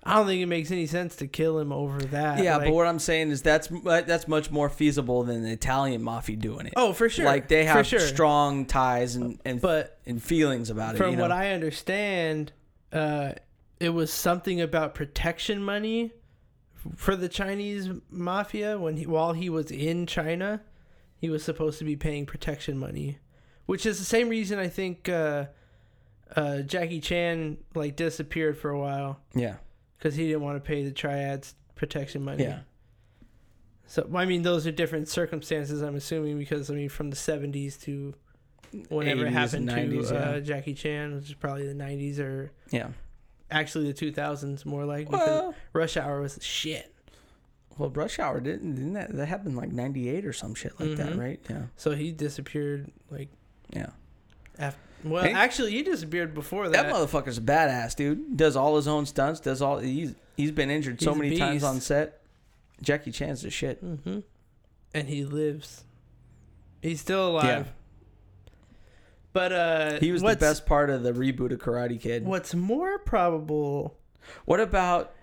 Speaker 1: I don't think it makes any sense to kill him over that.
Speaker 2: Yeah,
Speaker 1: Like-
Speaker 2: but what I'm saying is that's uh, that's much more feasible than the Italian mafia doing it.
Speaker 1: Oh, for sure.
Speaker 2: Like they
Speaker 1: For
Speaker 2: have
Speaker 1: sure.
Speaker 2: strong ties and and,
Speaker 1: but
Speaker 2: and feelings about it.
Speaker 1: from
Speaker 2: you know?
Speaker 1: what I understand, uh, it was something about protection money for the Chinese mafia when he, while he was in China, he was supposed to be paying protection money, which is the same reason I think uh, uh, Jackie Chan like disappeared for a while
Speaker 2: yeah,
Speaker 1: because he didn't want to pay the triads protection money.
Speaker 2: yeah,
Speaker 1: So I mean, those are different circumstances. I'm assuming because I mean, from the 70s to whenever it
Speaker 2: 80s
Speaker 1: happened
Speaker 2: and 90s,
Speaker 1: to
Speaker 2: yeah.
Speaker 1: uh, Jackie Chan, which is probably the 90s or
Speaker 2: yeah.
Speaker 1: actually the 2000s, more like because
Speaker 2: Well,
Speaker 1: Rush Hour was the shit.
Speaker 2: well, Rush Hour didn't didn't that that happened like '98 or some shit like that,
Speaker 1: Mhm.
Speaker 2: right? Yeah,
Speaker 1: So he disappeared like
Speaker 2: yeah.
Speaker 1: after. Well,
Speaker 2: Hey.
Speaker 1: actually, he disappeared before
Speaker 2: That,
Speaker 1: that.
Speaker 2: motherfucker's a badass, dude. Does all his own stunts. Does all he's he's been injured so
Speaker 1: He's a
Speaker 2: many times
Speaker 1: beast.
Speaker 2: on set. Jackie Chan's the shit.
Speaker 1: mm-hmm. And he lives. He's still alive. But uh,
Speaker 2: He was the
Speaker 1: what's-
Speaker 2: best part of the reboot of Karate Kid. What,
Speaker 1: What's more probable,
Speaker 2: about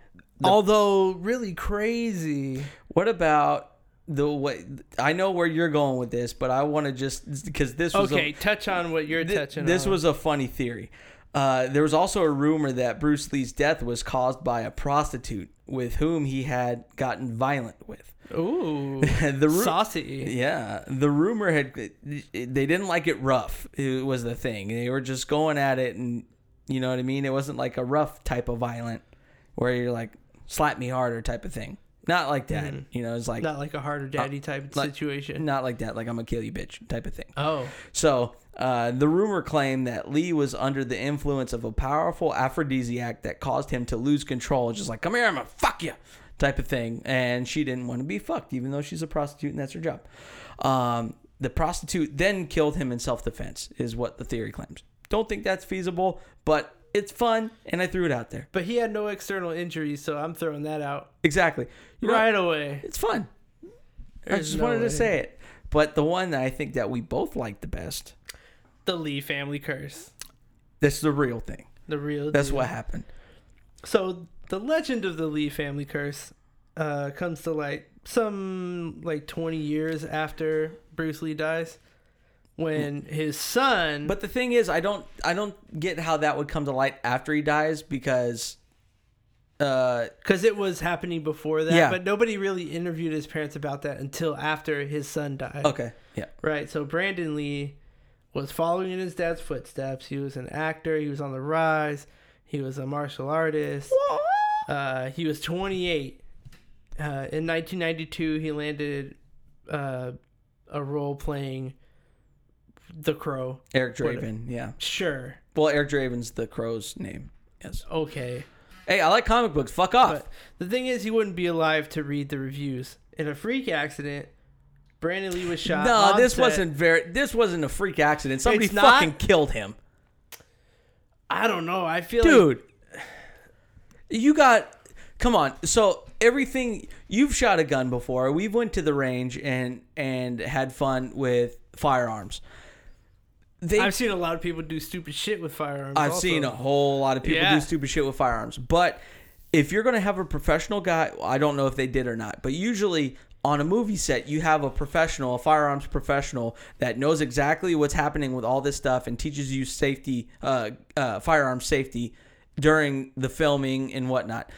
Speaker 2: The-
Speaker 1: although really crazy,
Speaker 2: what about the way I know where you're going with this, but I want to just because this was
Speaker 1: Okay,
Speaker 2: a,
Speaker 1: touch on what you're
Speaker 2: thi-
Speaker 1: touching
Speaker 2: this
Speaker 1: on.
Speaker 2: was a funny theory. Uh, there was also a rumor that Bruce Lee's death was caused by a prostitute with whom he had gotten violent with.
Speaker 1: ooh
Speaker 2: the ru-
Speaker 1: saucy.
Speaker 2: Yeah, the rumor had they didn't like it rough. It was the thing. They were just going at it, and you know what I mean. It wasn't like a rough type of violent where you're like slap me harder type of thing. Not like that.
Speaker 1: Mhm.
Speaker 2: You know, it's like not,
Speaker 1: Not like a harder daddy type
Speaker 2: like-
Speaker 1: situation.
Speaker 2: like that. Like I'm gonna kill you, bitch, type of thing.
Speaker 1: Oh,
Speaker 2: So uh, the rumor claimed that Lee was under the influence of a powerful aphrodisiac that caused him to lose control. Just like come here, I'm gonna fuck you, type of thing. And she didn't want to be fucked, even though she's a prostitute and that's her job. Um, the prostitute then killed him in self-defense, is what the theory claims. Don't think that's feasible, but it's fun, and I threw it out there.
Speaker 1: but he had no external injuries, so I'm throwing that out
Speaker 2: Exactly. You're
Speaker 1: right away.
Speaker 2: It's fun. I
Speaker 1: There's
Speaker 2: just
Speaker 1: no
Speaker 2: wanted
Speaker 1: way.
Speaker 2: to say it. But the one that I think that we both like the best,
Speaker 1: The Lee family curse.
Speaker 2: that's the real thing.
Speaker 1: The real.
Speaker 2: That's
Speaker 1: deal.
Speaker 2: what happened.
Speaker 1: So the legend of the Lee family curse uh, comes to light some like 20 years after Bruce Lee dies, when his son.
Speaker 2: But the thing is, I don't, I don't get how that would come to light after he dies because uh,
Speaker 1: because it was happening before that.
Speaker 2: Yeah.
Speaker 1: But nobody really interviewed his parents about that until after his son died.
Speaker 2: okay, yeah,
Speaker 1: Right. So Brandon Lee was following in his dad's footsteps. He was an actor. He was on the rise. He was a martial artist. Uh, he was 28. Uh, in 1992, he landed uh, a role playing The Crow.
Speaker 2: Eric
Speaker 1: What-
Speaker 2: Draven, yeah.
Speaker 1: Sure.
Speaker 2: Well, Eric Draven's the crow's name. Yes.
Speaker 1: Okay.
Speaker 2: Hey, I like comic books. Fuck off.
Speaker 1: But the thing is, he wouldn't be alive to read the reviews. In a freak accident, Brandon Lee was shot.
Speaker 2: no,
Speaker 1: on
Speaker 2: this
Speaker 1: set.
Speaker 2: wasn't very. This wasn't a freak accident. Somebody
Speaker 1: uh, It's not?
Speaker 2: fucking killed him,
Speaker 1: I don't know. I feel like
Speaker 2: dude. You got. Come on. So everything you've shot a gun before. We've went to the range and and had fun with firearms. They
Speaker 1: I've seen a lot of people do stupid shit with firearms.
Speaker 2: I've
Speaker 1: also.
Speaker 2: seen a whole lot of people
Speaker 1: Yeah.
Speaker 2: do stupid shit with firearms. But if you're going to have a professional guy, I don't know if they did or not, but usually on a movie set, you have a professional, a firearms professional that knows exactly what's happening with all this stuff and teaches you safety, uh, uh, firearm safety during the filming and whatnot.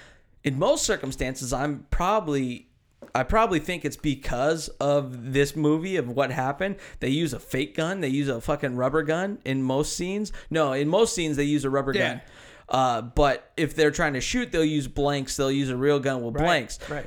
Speaker 2: In most circumstances, I'm probably. I probably think it's because of this movie of what happened. They use a fake gun. They use a fucking rubber gun in most scenes. No, in most scenes they use a rubber
Speaker 1: Yeah.
Speaker 2: gun. Uh, but if they're trying to shoot, they'll use blanks. They'll use a real gun with
Speaker 1: Right,
Speaker 2: blanks.
Speaker 1: Right.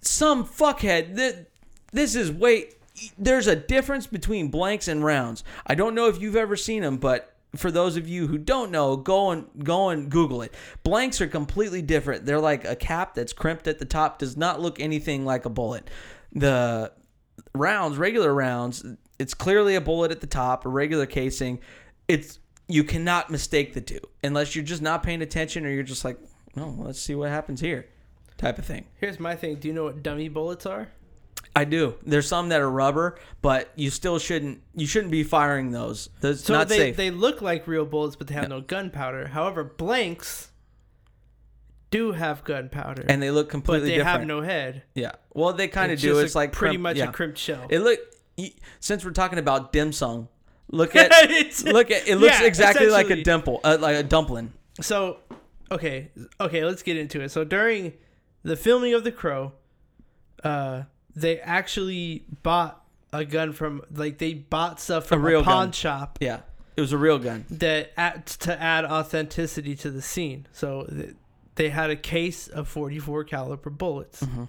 Speaker 2: Some fuckhead. Th- this is wait. There's a difference between blanks and rounds. I don't know if you've ever seen them, but for those of you who don't know, go and go and Google it. Blanks are completely different. They're like a cap that's crimped at the top. Does not look anything like a bullet. The rounds, regular rounds, it's clearly a bullet at the top, a regular casing. It's you cannot mistake the two unless you're just not paying attention or you're just like, no, let's see what happens here, type of thing.
Speaker 1: Here's my thing. Do you know what dummy bullets are?
Speaker 2: I do. There's some that are rubber, but you still shouldn't you shouldn't be firing those. That's
Speaker 1: So
Speaker 2: not
Speaker 1: they
Speaker 2: safe.
Speaker 1: they look like real bullets, but they have no gunpowder. However, blanks do have gunpowder,
Speaker 2: and they look
Speaker 1: but
Speaker 2: completely
Speaker 1: they
Speaker 2: different.
Speaker 1: have no head.
Speaker 2: yeah. Well, they kind of
Speaker 1: It's
Speaker 2: do.
Speaker 1: just
Speaker 2: It's
Speaker 1: a-
Speaker 2: like
Speaker 1: pretty
Speaker 2: crimp-
Speaker 1: much
Speaker 2: yeah.
Speaker 1: a crimped shell.
Speaker 2: It look y- since we're talking about dim sum, look at
Speaker 1: It's-
Speaker 2: look at it looks
Speaker 1: yeah,
Speaker 2: exactly like a
Speaker 1: essentially.
Speaker 2: dimple, uh, like a dumpling.
Speaker 1: So, okay, okay, let's get into it. So during the filming of The Crow, uh, they actually bought a gun from like they bought stuff from a,
Speaker 2: real
Speaker 1: pawn
Speaker 2: gun.
Speaker 1: shop
Speaker 2: Yeah. It was a real gun.
Speaker 1: that add, to add authenticity to the scene. So th- they had a case of 44 caliber bullets.
Speaker 2: Mm-hmm.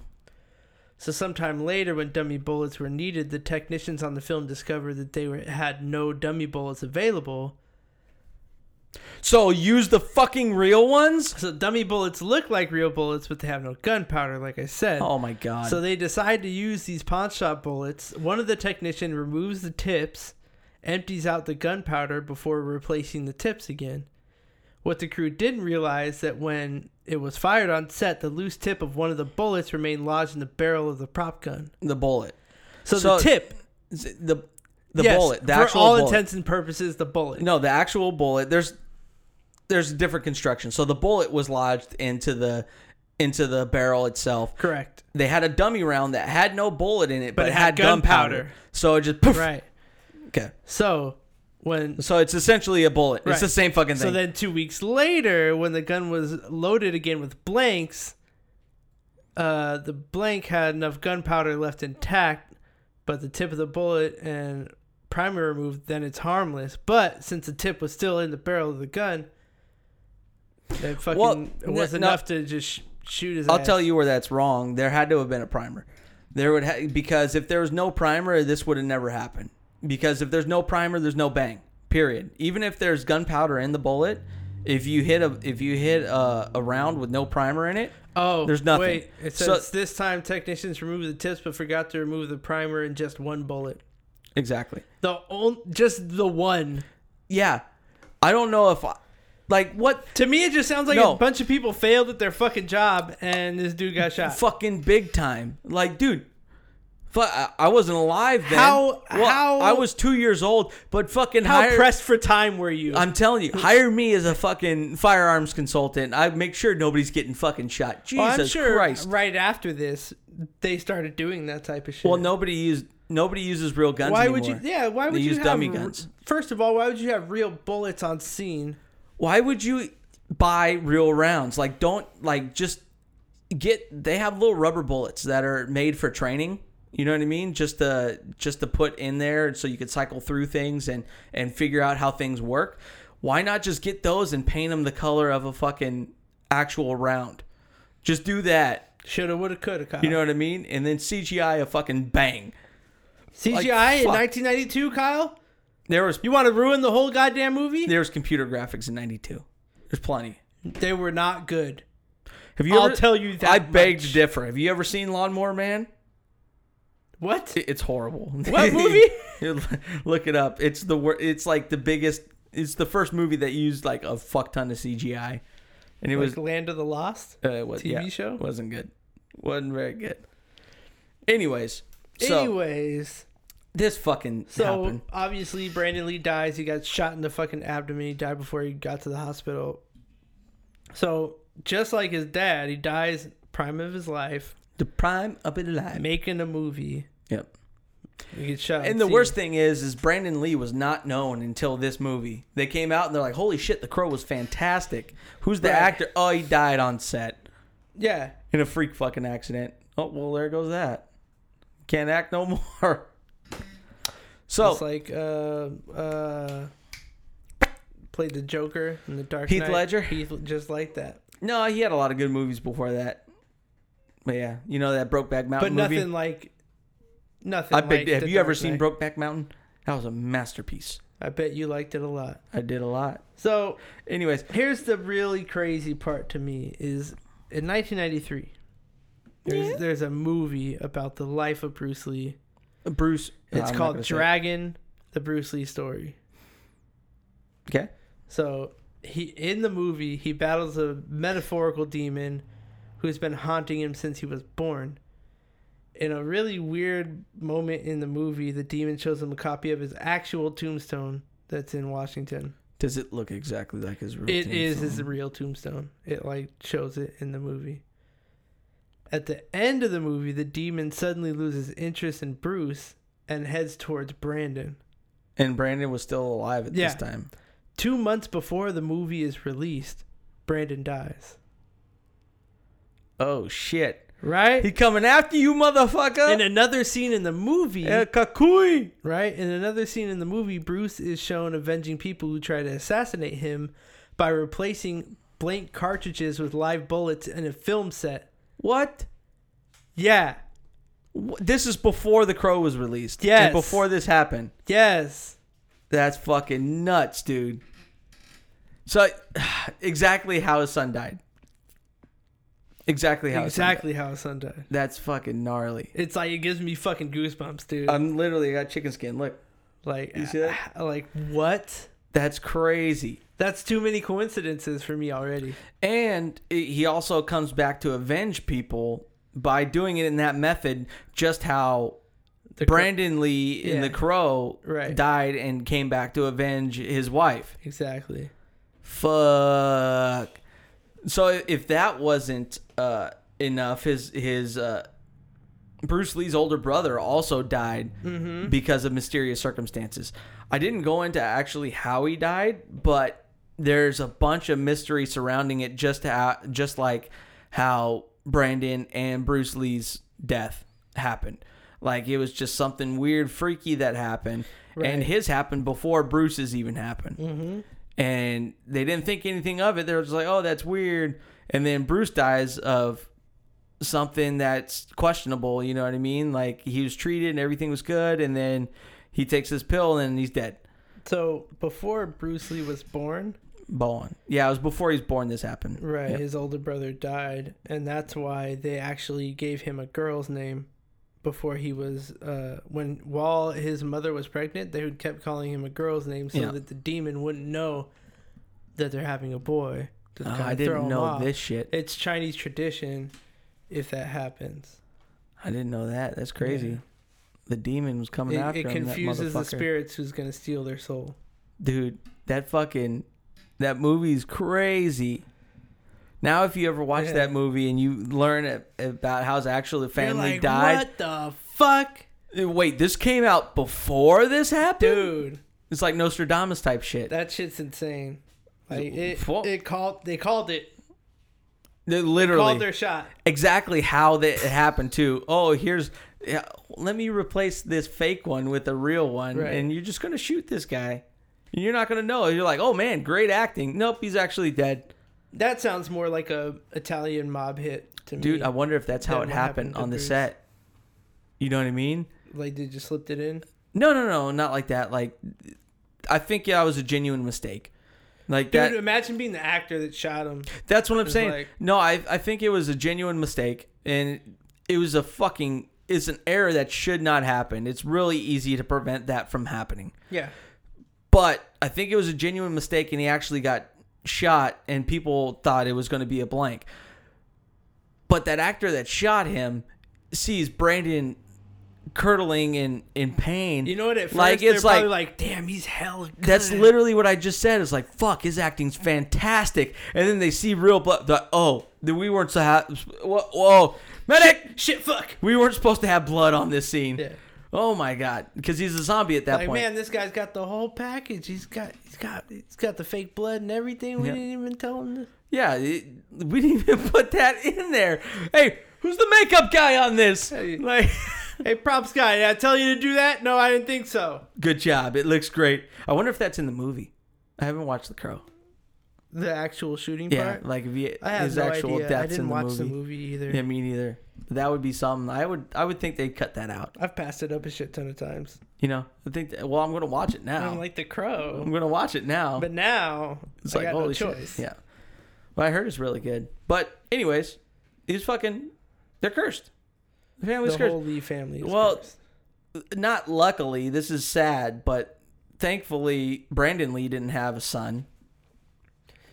Speaker 1: So sometime later, when dummy bullets were needed, the technicians on the film discovered that they were, had no dummy bullets available.
Speaker 2: So use the fucking real ones?
Speaker 1: So dummy bullets look like real bullets, but they have no gunpowder, like I said.
Speaker 2: Oh my god.
Speaker 1: So they decide to use these pawn shop bullets. One of the technician removes the tips, empties out the gunpowder before replacing the tips again. What the crew didn't realize that when it was fired on set, the loose tip of one of the bullets remained lodged in the barrel of the prop gun.
Speaker 2: the bullet.
Speaker 1: So,
Speaker 2: So-
Speaker 1: the tip,
Speaker 2: The the
Speaker 1: yes,
Speaker 2: bullet. The
Speaker 1: for
Speaker 2: actual
Speaker 1: all
Speaker 2: bullet.
Speaker 1: intents and purposes, the bullet.
Speaker 2: No, the actual bullet. There's there's different construction. So the bullet was lodged into the into the barrel itself.
Speaker 1: Correct.
Speaker 2: They had a dummy round that had no bullet in it, but,
Speaker 1: it
Speaker 2: it had,
Speaker 1: had
Speaker 2: gunpowder.
Speaker 1: gunpowder.
Speaker 2: So it just poof.
Speaker 1: Right.
Speaker 2: Okay.
Speaker 1: So when
Speaker 2: So it's essentially a bullet. It's
Speaker 1: Right.
Speaker 2: the same fucking thing.
Speaker 1: So then two weeks later, when the gun was loaded again with blanks, uh, the blank had enough gunpowder left intact, but the tip of the bullet and primer removed, then it's harmless. But since the tip was still in the barrel of the gun, it fucking
Speaker 2: Well,
Speaker 1: it was
Speaker 2: no- no.
Speaker 1: enough to just sh- shoot his
Speaker 2: I'll
Speaker 1: ass.
Speaker 2: tell you where that's wrong. There had to have been a primer. There would ha- because if there was no primer, this would have never happened. Because if there's no primer, there's no bang. Period. Even if there's gunpowder in the bullet, if you hit a if you hit a, a round with no primer in it,
Speaker 1: Oh,
Speaker 2: there's nothing.
Speaker 1: Wait, it says
Speaker 2: So-
Speaker 1: this time technicians removed the tips but forgot to remove the primer and just one bullet.
Speaker 2: exactly.
Speaker 1: The only, just the one.
Speaker 2: Yeah, I don't know if I, like what
Speaker 1: To me, it just sounds like
Speaker 2: No.
Speaker 1: a bunch of people failed at their fucking job, and this dude got shot.
Speaker 2: fucking big time. Like, dude, fu- I, I wasn't alive then.
Speaker 1: How-
Speaker 2: Well,
Speaker 1: how-
Speaker 2: I was two years old, but fucking
Speaker 1: How
Speaker 2: hire-
Speaker 1: pressed for time were you?
Speaker 2: I'm telling you, hire me as a fucking firearms consultant. I make sure nobody's getting fucking shot. Jesus
Speaker 1: Well, Oh, I'm sure
Speaker 2: Christ.
Speaker 1: right after this, they started doing that type of shit.
Speaker 2: Well, nobody used nobody uses real guns
Speaker 1: why
Speaker 2: anymore.
Speaker 1: would you? Yeah, why would
Speaker 2: They
Speaker 1: you
Speaker 2: use
Speaker 1: have
Speaker 2: dummy guns.
Speaker 1: First of all, why would you have real bullets on scene?
Speaker 2: Why would you buy real rounds. Like don't like just get they have little rubber bullets that are made for training. You know what I mean? Just to just to put in there so you could cycle through things and and figure out how things work. Why not just get those and paint them the color of a fucking actual round? Just do that.
Speaker 1: Shoulda, woulda, coulda. Kyle.
Speaker 2: You know what I mean? And then CGI a fucking bang.
Speaker 1: CGI
Speaker 2: like,
Speaker 1: in
Speaker 2: fuck.
Speaker 1: 1992, Kyle.
Speaker 2: There was
Speaker 1: You want to ruin the whole goddamn movie?
Speaker 2: there was computer graphics in '92. There's plenty.
Speaker 1: They were not good.
Speaker 2: Have you?
Speaker 1: I'll
Speaker 2: ever-
Speaker 1: tell you that
Speaker 2: I beg
Speaker 1: much.
Speaker 2: to differ. Have you ever seen Lawnmower Man?
Speaker 1: What?
Speaker 2: It- It's horrible.
Speaker 1: What movie?
Speaker 2: Look it up. It's the wor- It's like the biggest. It's the first movie that used like a fuck ton of CGI, and it
Speaker 1: It
Speaker 2: was
Speaker 1: was Land of the Lost.
Speaker 2: uh, was,
Speaker 1: TV
Speaker 2: yeah,
Speaker 1: show?
Speaker 2: wasn't good. wasn't very good. Anyways, so
Speaker 1: Anyways,
Speaker 2: this fucking
Speaker 1: so
Speaker 2: happened.
Speaker 1: obviously Brandon Lee dies. He got shot in the fucking abdomen. He died before he got to the hospital. So just like his dad, he dies prime of his life
Speaker 2: The prime up in life.
Speaker 1: making a movie.
Speaker 2: Yep.
Speaker 1: He gets shot.
Speaker 2: And the worst thing is, is Brandon Lee was not known until this movie. They came out and they're like, "Holy shit, The Crow was fantastic." Who's the
Speaker 1: Right.
Speaker 2: actor? Oh, he died on set
Speaker 1: yeah,
Speaker 2: in a freak fucking accident. Oh well, there goes that. Can't act no more. So
Speaker 1: it's like uh uh. Played the Joker in the Dark
Speaker 2: Heath
Speaker 1: Knight.
Speaker 2: Ledger?
Speaker 1: Heath, just like that,
Speaker 2: no, he had a lot of good movies before that. But yeah, you know that Brokeback
Speaker 1: but
Speaker 2: Mountain movie.
Speaker 1: nothing like nothing.
Speaker 2: I picked.
Speaker 1: like
Speaker 2: have
Speaker 1: The
Speaker 2: you ever
Speaker 1: Dark
Speaker 2: seen
Speaker 1: Knight.
Speaker 2: Brokeback Mountain? That was a masterpiece.
Speaker 1: I bet you liked it a lot.
Speaker 2: I did a lot.
Speaker 1: So
Speaker 2: Anyways,
Speaker 1: here's the really crazy part to me is in 1993 there's,
Speaker 2: Yeah.
Speaker 1: there's a movie about the life of bruce lee
Speaker 2: Bruce.
Speaker 1: it's
Speaker 2: I'm not
Speaker 1: called
Speaker 2: gonna say it.
Speaker 1: dragon the bruce lee story
Speaker 2: Okay.
Speaker 1: so he in the movie he battles a metaphorical demon who's been haunting him since he was born in a really weird moment in the movie the demon shows him a copy of his actual tombstone that's in washington
Speaker 2: Does it look exactly like his real
Speaker 1: It is
Speaker 2: tombstone?
Speaker 1: his real tombstone. It like shows it in the movie. At the end of the movie, the demon suddenly loses interest in Bruce and heads towards Brandon.
Speaker 2: And Brandon was still alive at
Speaker 1: Yeah.
Speaker 2: this time.
Speaker 1: Two months before the movie is released, Brandon dies.
Speaker 2: Oh shit!
Speaker 1: Right?
Speaker 2: He coming after you,
Speaker 1: in
Speaker 2: motherfucker!
Speaker 1: another scene in the movie,
Speaker 2: Eh, Kakui.
Speaker 1: right? In another scene in the movie, Bruce is shown avenging people who try to assassinate him by replacing blank cartridges with live bullets in a film set.
Speaker 2: What?
Speaker 1: Yeah.
Speaker 2: Wh- This is before the crow was released.
Speaker 1: Yes.
Speaker 2: And before this happened.
Speaker 1: Yes.
Speaker 2: That's fucking nuts, dude. So, exactly how his son died. Exactly how. his son died.
Speaker 1: exactly how his son died.
Speaker 2: That's fucking gnarly.
Speaker 1: It's like it gives me fucking goosebumps, dude.
Speaker 2: I'm literally I got chicken skin. Look,
Speaker 1: like,
Speaker 2: Um, you see that?
Speaker 1: ah, like what?
Speaker 2: that's crazy.
Speaker 1: That's too many coincidences for me already.
Speaker 2: And it- he also comes back to avenge people by doing it in that method, just how
Speaker 1: The cr-
Speaker 2: Brandon Lee in
Speaker 1: Yeah.
Speaker 2: The Crow
Speaker 1: Right.
Speaker 2: died and came back to avenge his wife.
Speaker 1: exactly.
Speaker 2: Fuck. So if that wasn't uh, enough, his his uh, Bruce Lee's older brother also died because of mysterious circumstances. I didn't go into actually how he died, but there's a bunch of mystery surrounding it. Just how, just like how Brandon and Bruce Lee's death happened. Like it was just something weird, freaky that happened,
Speaker 1: Right.
Speaker 2: and his happened before Bruce's even happened. And they didn't think anything of it. They were just like, "Oh, that's weird." And then Bruce dies of something that's questionable. You know what I mean? Like he was treated and everything was good, and then he takes his pill and he's dead.
Speaker 1: So before Bruce Lee was born,
Speaker 2: Born. Yeah, it was before he was born. This happened.
Speaker 1: right,
Speaker 2: Yep.
Speaker 1: his older brother died, and that's why they actually gave him a girl's name before he was uh when while his mother was pregnant, they kept calling him a girl's name so
Speaker 2: Yeah.
Speaker 1: that the demon wouldn't know that they're having a boy. to
Speaker 2: Oh,
Speaker 1: kinda
Speaker 2: I
Speaker 1: throw
Speaker 2: didn't
Speaker 1: him
Speaker 2: know
Speaker 1: off.
Speaker 2: this shit.
Speaker 1: it's Chinese tradition if that happens.
Speaker 2: I didn't know that. That's crazy.
Speaker 1: Yeah.
Speaker 2: The demon was coming
Speaker 1: It,
Speaker 2: after
Speaker 1: it
Speaker 2: him.
Speaker 1: confuses
Speaker 2: that
Speaker 1: the
Speaker 2: motherfucker.
Speaker 1: spirits who's going to steal their soul.
Speaker 2: Dude, that fucking that movie's crazy. Now, if you ever watch
Speaker 1: Yeah.
Speaker 2: that movie and you learn a- about how his actual family
Speaker 1: like,
Speaker 2: died,
Speaker 1: What the fuck?
Speaker 2: wait, this came out before this happened.
Speaker 1: Dude,
Speaker 2: It's like Nostradamus type shit.
Speaker 1: that shit's insane. Like it,
Speaker 2: Fuck.
Speaker 1: it called they called it
Speaker 2: They literally
Speaker 1: called their shot.
Speaker 2: exactly how that it happened too. Oh, here's yeah, let me replace this fake one with a real one,
Speaker 1: Right.
Speaker 2: and you're just gonna shoot this guy. And You're not gonna know. You're like, oh man, great acting. Nope, he's actually dead,
Speaker 1: That sounds more like a Italian mob hit to me.
Speaker 2: dude. I wonder if that's how
Speaker 1: Then
Speaker 2: it
Speaker 1: what
Speaker 2: happened,
Speaker 1: happened to
Speaker 2: on the
Speaker 1: Bruce?
Speaker 2: set. You know what I mean?
Speaker 1: like they just slipped it in.
Speaker 2: No, no, no, not like that. Like, I think yeah, it was a genuine mistake. Like
Speaker 1: Dude,
Speaker 2: that.
Speaker 1: imagine being the actor that shot him.
Speaker 2: That's what I'm
Speaker 1: It's
Speaker 2: saying.
Speaker 1: like-
Speaker 2: no, I I think it was a genuine mistake, and it was a fucking it's an error that should not happen. It's really easy to prevent that from happening.
Speaker 1: Yeah.
Speaker 2: But I think it was a genuine mistake, and he actually got shot, and people thought it was going to be a blank. But that actor that shot him sees Brandon curdling in in pain.
Speaker 1: You know what? At first,
Speaker 2: Like,
Speaker 1: they're
Speaker 2: it's like-
Speaker 1: probably like, "Damn, he's hella good."
Speaker 2: That's literally what I just said. It's like, fuck, his acting's fantastic. And then they see real blood. They're like, oh, then we weren't so happy. Whoa, whoa, medic!
Speaker 1: shit. Fuck.
Speaker 2: We weren't supposed to have blood on this scene.
Speaker 1: Yeah.
Speaker 2: Oh my god, because he's a zombie at that
Speaker 1: Like
Speaker 2: point.
Speaker 1: man, this guy's got the whole package. He's got he's got he's got the fake blood and everything. We
Speaker 2: Yeah.
Speaker 1: didn't even tell him. This.
Speaker 2: Yeah, it- we didn't even put that in there. Hey, who's the makeup guy on this?
Speaker 1: Hey.
Speaker 2: Like,
Speaker 1: Hey, props guy, did I tell you to do that? No, I didn't think so.
Speaker 2: good job. It looks great. I wonder if that's in the movie. I haven't watched The Crow.
Speaker 1: The actual shooting
Speaker 2: Yeah,
Speaker 1: part.
Speaker 2: like if he,
Speaker 1: I have
Speaker 2: his
Speaker 1: no
Speaker 2: actual
Speaker 1: idea.
Speaker 2: deaths
Speaker 1: I didn't
Speaker 2: in the
Speaker 1: watch
Speaker 2: movie.
Speaker 1: the movie either.
Speaker 2: Yeah, me neither. That would be something. I would, I would think they'd cut that out.
Speaker 1: I've passed it up a shit ton of times.
Speaker 2: You know, I think. That, well, I'm gonna watch it now.
Speaker 1: I'm like the crow,
Speaker 2: I'm gonna watch it now.
Speaker 1: but now
Speaker 2: it's
Speaker 1: I
Speaker 2: like
Speaker 1: got
Speaker 2: holy
Speaker 1: no
Speaker 2: shit.
Speaker 1: choice.
Speaker 2: Yeah. What I heard is really good. But anyways, these fucking, they're cursed. The
Speaker 1: The
Speaker 2: family's cursed.
Speaker 1: whole Lee family. Is
Speaker 2: Well,
Speaker 1: cursed.
Speaker 2: Not luckily. This is sad, but thankfully Brandon Lee didn't have a son.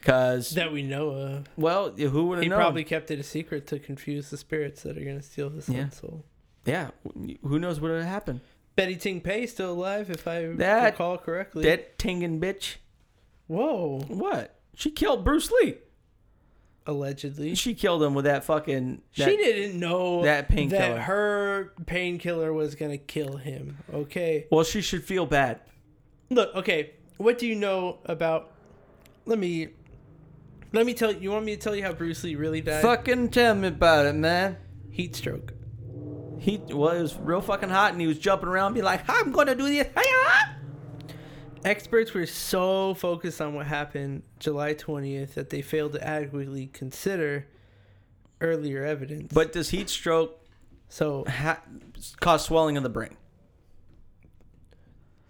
Speaker 2: Cause
Speaker 1: that we know of.
Speaker 2: well, who would
Speaker 1: He
Speaker 2: have known?
Speaker 1: probably kept it a secret to confuse the spirits that are gonna steal his
Speaker 2: Yeah.
Speaker 1: own soul.
Speaker 2: yeah. Who knows what would have happened?
Speaker 1: Betty Ting Pei still alive, if I
Speaker 2: That-
Speaker 1: recall correctly.
Speaker 2: That tingin' bitch.
Speaker 1: Whoa,
Speaker 2: What? She killed Bruce Lee.
Speaker 1: allegedly.
Speaker 2: She killed him with that fucking. That,
Speaker 1: she didn't know
Speaker 2: that painkiller.
Speaker 1: that her painkiller was gonna kill him. Okay,
Speaker 2: Well, she should feel bad.
Speaker 1: look. Okay, what do you know about? Let me, let me tell you. You want me to tell you how Bruce Lee really died?
Speaker 2: Fucking tell me about it, man.
Speaker 1: heat stroke.
Speaker 2: He well, it was real fucking hot, and he was jumping around, be like, "I'm gonna do this." Hi-yah!"
Speaker 1: Experts were so focused on what happened July twentieth that they failed to adequately consider earlier evidence.
Speaker 2: But does heat stroke
Speaker 1: so
Speaker 2: ha- cause swelling of the brain?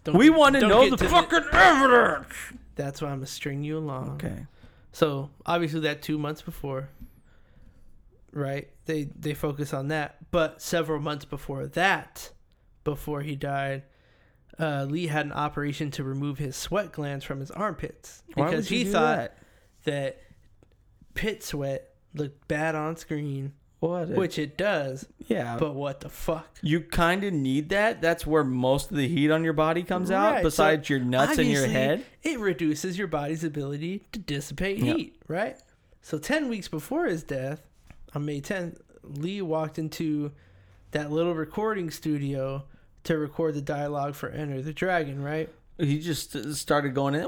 Speaker 1: don't
Speaker 2: We
Speaker 1: get-
Speaker 2: want to
Speaker 1: don't get
Speaker 2: know the
Speaker 1: to
Speaker 2: fucking evidence.
Speaker 1: That's why I'm gonna string you along.
Speaker 2: Okay.
Speaker 1: So obviously that two months before, right? They they focus on that, but several months before that, before he died, uh, Lee had an operation to remove his sweat glands from his armpits
Speaker 2: Why
Speaker 1: because
Speaker 2: would you
Speaker 1: he
Speaker 2: do
Speaker 1: thought
Speaker 2: that?
Speaker 1: that pit sweat looked bad on screen,
Speaker 2: what? a-
Speaker 1: which it does.
Speaker 2: yeah.
Speaker 1: But what the fuck?
Speaker 2: you kind of need that. That's where most of the heat on your body comes out,
Speaker 1: Right, so
Speaker 2: besides your nuts and your
Speaker 1: Obviously,
Speaker 2: head.
Speaker 1: It reduces your body's ability to dissipate
Speaker 2: Yeah.
Speaker 1: heat, right? So 10 weeks before his death, on May 10th, Lee walked into that little recording studio to record the dialogue for Enter the Dragon, right?
Speaker 2: He just uh, started going in.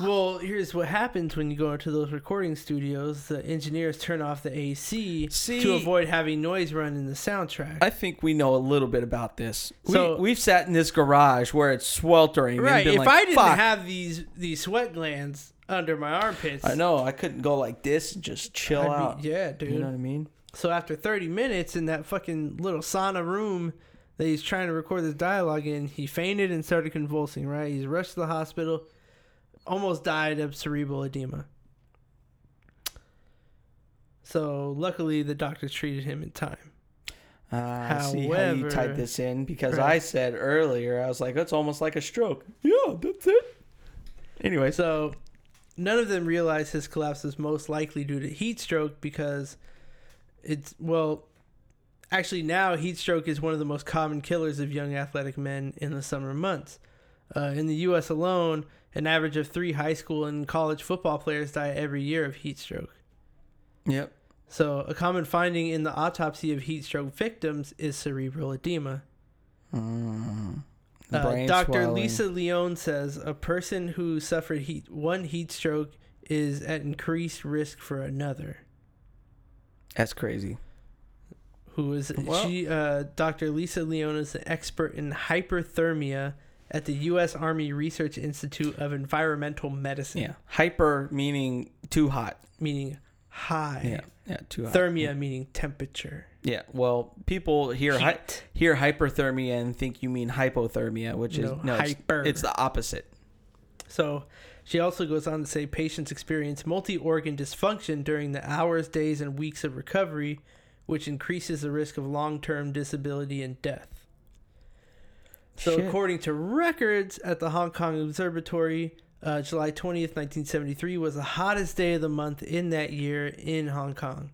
Speaker 1: Well, here's what happens when you go into those recording studios. The engineers turn off the AC
Speaker 2: See-
Speaker 1: to avoid having noise run in the soundtrack.
Speaker 2: I think we know a little bit about this.
Speaker 1: So-
Speaker 2: we, we've sat in this garage where it's sweltering. And
Speaker 1: right.
Speaker 2: been
Speaker 1: If
Speaker 2: like,
Speaker 1: I didn't
Speaker 2: Fuck,
Speaker 1: have these these sweat glands under my armpits,
Speaker 2: I know I couldn't go like this and just chill
Speaker 1: I'd be-
Speaker 2: out.
Speaker 1: yeah, dude.
Speaker 2: you know what I mean?
Speaker 1: So after 30 minutes in that fucking little sauna room that he's trying to record this dialogue in, he fainted and started convulsing, right? He's rushed to the hospital, almost died of cerebral edema. So luckily the doctors treated him in time.
Speaker 2: Uh, I see how you
Speaker 1: However-
Speaker 2: tied this in because
Speaker 1: Right.
Speaker 2: I said earlier I was like it's almost like a stroke. Yeah, that's it. Anyway, so
Speaker 1: So none of them realized his collapse was most likely due to heat stroke because it's well actually now heat stroke is one of the most common killers of young athletic men in the summer months. Uh, in the US alone, an average of three high school and college football players die every year of heat stroke.
Speaker 2: yep.
Speaker 1: So, a common finding in the autopsy of heat stroke victims is cerebral edema. Uh,
Speaker 2: Brain
Speaker 1: Dr.
Speaker 2: swelling.
Speaker 1: Lisa Leone says a person who suffered heat one heat stroke is at increased risk for another.
Speaker 2: That's crazy.
Speaker 1: Who is
Speaker 2: Well-
Speaker 1: she? Uh, Dr. Lisa Leone is an expert in hyperthermia at the U.S. Army Research Institute of Environmental Medicine,
Speaker 2: Yeah. Hyper meaning too hot.
Speaker 1: meaning
Speaker 2: Yeah.
Speaker 1: high.
Speaker 2: Yeah. Too hot.
Speaker 1: Thermia meaning temperature.
Speaker 2: Yeah. Well, people hear hy-
Speaker 1: Heat.
Speaker 2: hear hyperthermia and think you mean hypothermia, which is
Speaker 1: No,
Speaker 2: no, it's-
Speaker 1: hyper.
Speaker 2: It's, the opposite.
Speaker 1: So she also goes on to say patients experience multi organ dysfunction during the hours, days, and weeks of recovery, which increases the risk of long term disability and death. So,
Speaker 2: Shit.
Speaker 1: according to records at the Hong Kong Observatory, uh, July 20th, 1973 was the hottest day of the month in that year in Hong Kong.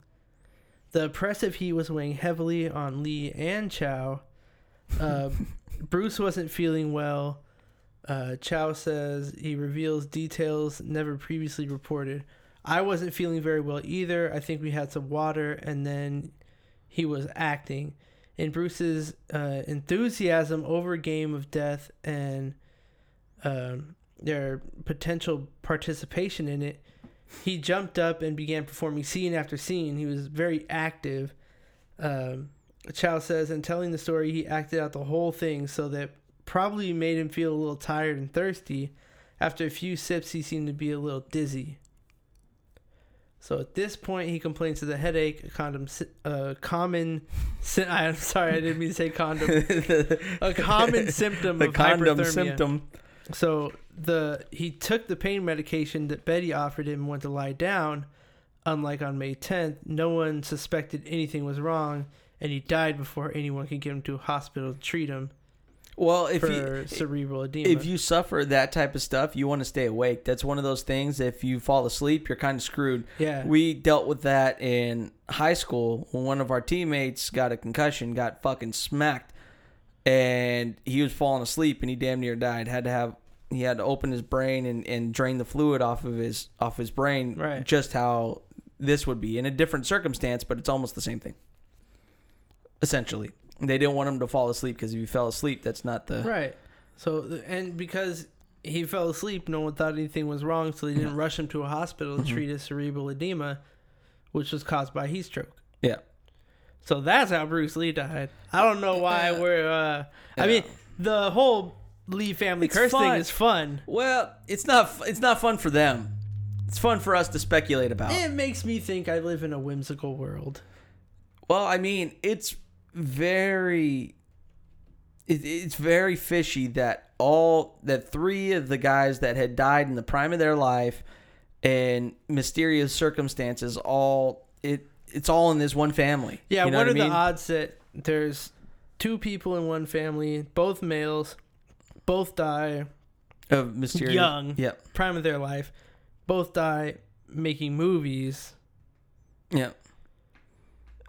Speaker 1: The oppressive heat was weighing heavily on Lee and Chow. Uh, Bruce wasn't feeling well. Uh, Chow says he reveals details never previously reported. I wasn't feeling very well either. I think we had some water, and then he was acting. And Bruce's uh, enthusiasm over Game of Death and um, their potential participation in it, he jumped up and began performing scene after scene. He was very active. Um, Chow says, in telling the story, he acted out the whole thing so that probably made him feel a little tired and thirsty. After a few sips, he seemed to be a little dizzy. So at this point, he complains of the headache, a condom, sy- uh, common. Sy- I'm sorry, I didn't mean to say condom. A common symptom
Speaker 2: the
Speaker 1: of
Speaker 2: condom
Speaker 1: hyperthermia.
Speaker 2: symptom.
Speaker 1: So the he took the pain medication that Betty offered him and went to lie down. Unlike on May 10th, no one suspected anything was wrong, and he died before anyone could get him to a hospital to treat him
Speaker 2: Well, if
Speaker 1: for
Speaker 2: you
Speaker 1: cerebral edema.
Speaker 2: if you suffer that type of stuff, you want to stay awake. That's one of those things. If you fall asleep, you're kind of screwed.
Speaker 1: yeah,
Speaker 2: We dealt with that in high school when one of our teammates got a concussion, got fucking smacked, and he was falling asleep and he damn near died. Had to have he had to open his brain and, and drain the fluid off of his off his brain.
Speaker 1: Right.
Speaker 2: Just how this would be in a different circumstance, but it's almost the same thing. Essentially, they didn't want him to fall asleep because if you fell asleep, that's not the
Speaker 1: right. So th- and because he fell asleep, no one thought anything was wrong, so they didn't rush him to a hospital to
Speaker 2: Mm-hmm.
Speaker 1: treat his cerebral edema, which was caused by heat stroke.
Speaker 2: yeah.
Speaker 1: So that's how Bruce Lee died. I don't know why
Speaker 2: Yeah.
Speaker 1: we're. Uh, I
Speaker 2: Yeah.
Speaker 1: mean, the whole Lee family
Speaker 2: It's
Speaker 1: curse
Speaker 2: fun.
Speaker 1: thing is fun.
Speaker 2: Well, it's not f- it's not fun for them. It's fun for us to speculate about.
Speaker 1: It makes me think I live in a whimsical world.
Speaker 2: Well, I mean, it's very it, it's very fishy that all that three of the guys that had died in the prime of their life and mysterious circumstances all it it's all in this one family.
Speaker 1: Yeah,
Speaker 2: You know
Speaker 1: what,
Speaker 2: what
Speaker 1: are
Speaker 2: I mean?
Speaker 1: the odds that there's two people in one family, both males, both die,
Speaker 2: of mysterious
Speaker 1: young.
Speaker 2: Yeah.
Speaker 1: prime of their life, both die making movies?
Speaker 2: Yeah.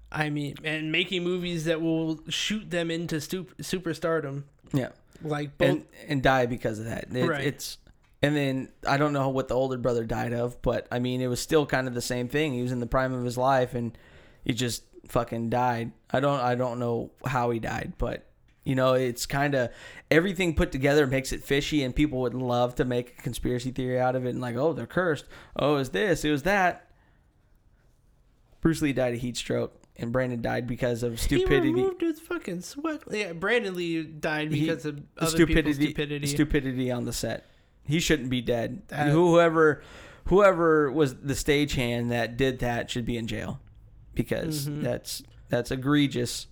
Speaker 1: I mean, and making movies that will shoot them into stup- superstardom.
Speaker 2: Yeah.
Speaker 1: Like both
Speaker 2: and and die because of that. It,
Speaker 1: Right.
Speaker 2: It's and then I don't know what the older brother died of, but I mean it was still kind of the same thing. He was in the prime of his life and he just fucking died. I don't I don't know how he died, but you know it's kind of everything put together makes it fishy, and people would love to make a conspiracy theory out of it and like, oh, they're cursed. Oh, is this? It was that. Bruce Lee died of heat stroke, and Brandon died because of stupidity.
Speaker 1: He removed his fucking sweat. Yeah, Brandon Lee died
Speaker 2: He-
Speaker 1: because of other
Speaker 2: stupidity,
Speaker 1: people's stupidity.
Speaker 2: stupidity on the set. He shouldn't be dead.
Speaker 1: That-
Speaker 2: whoever, whoever was the stagehand that did that should be in jail, because
Speaker 1: Mhm.
Speaker 2: that's that's egregious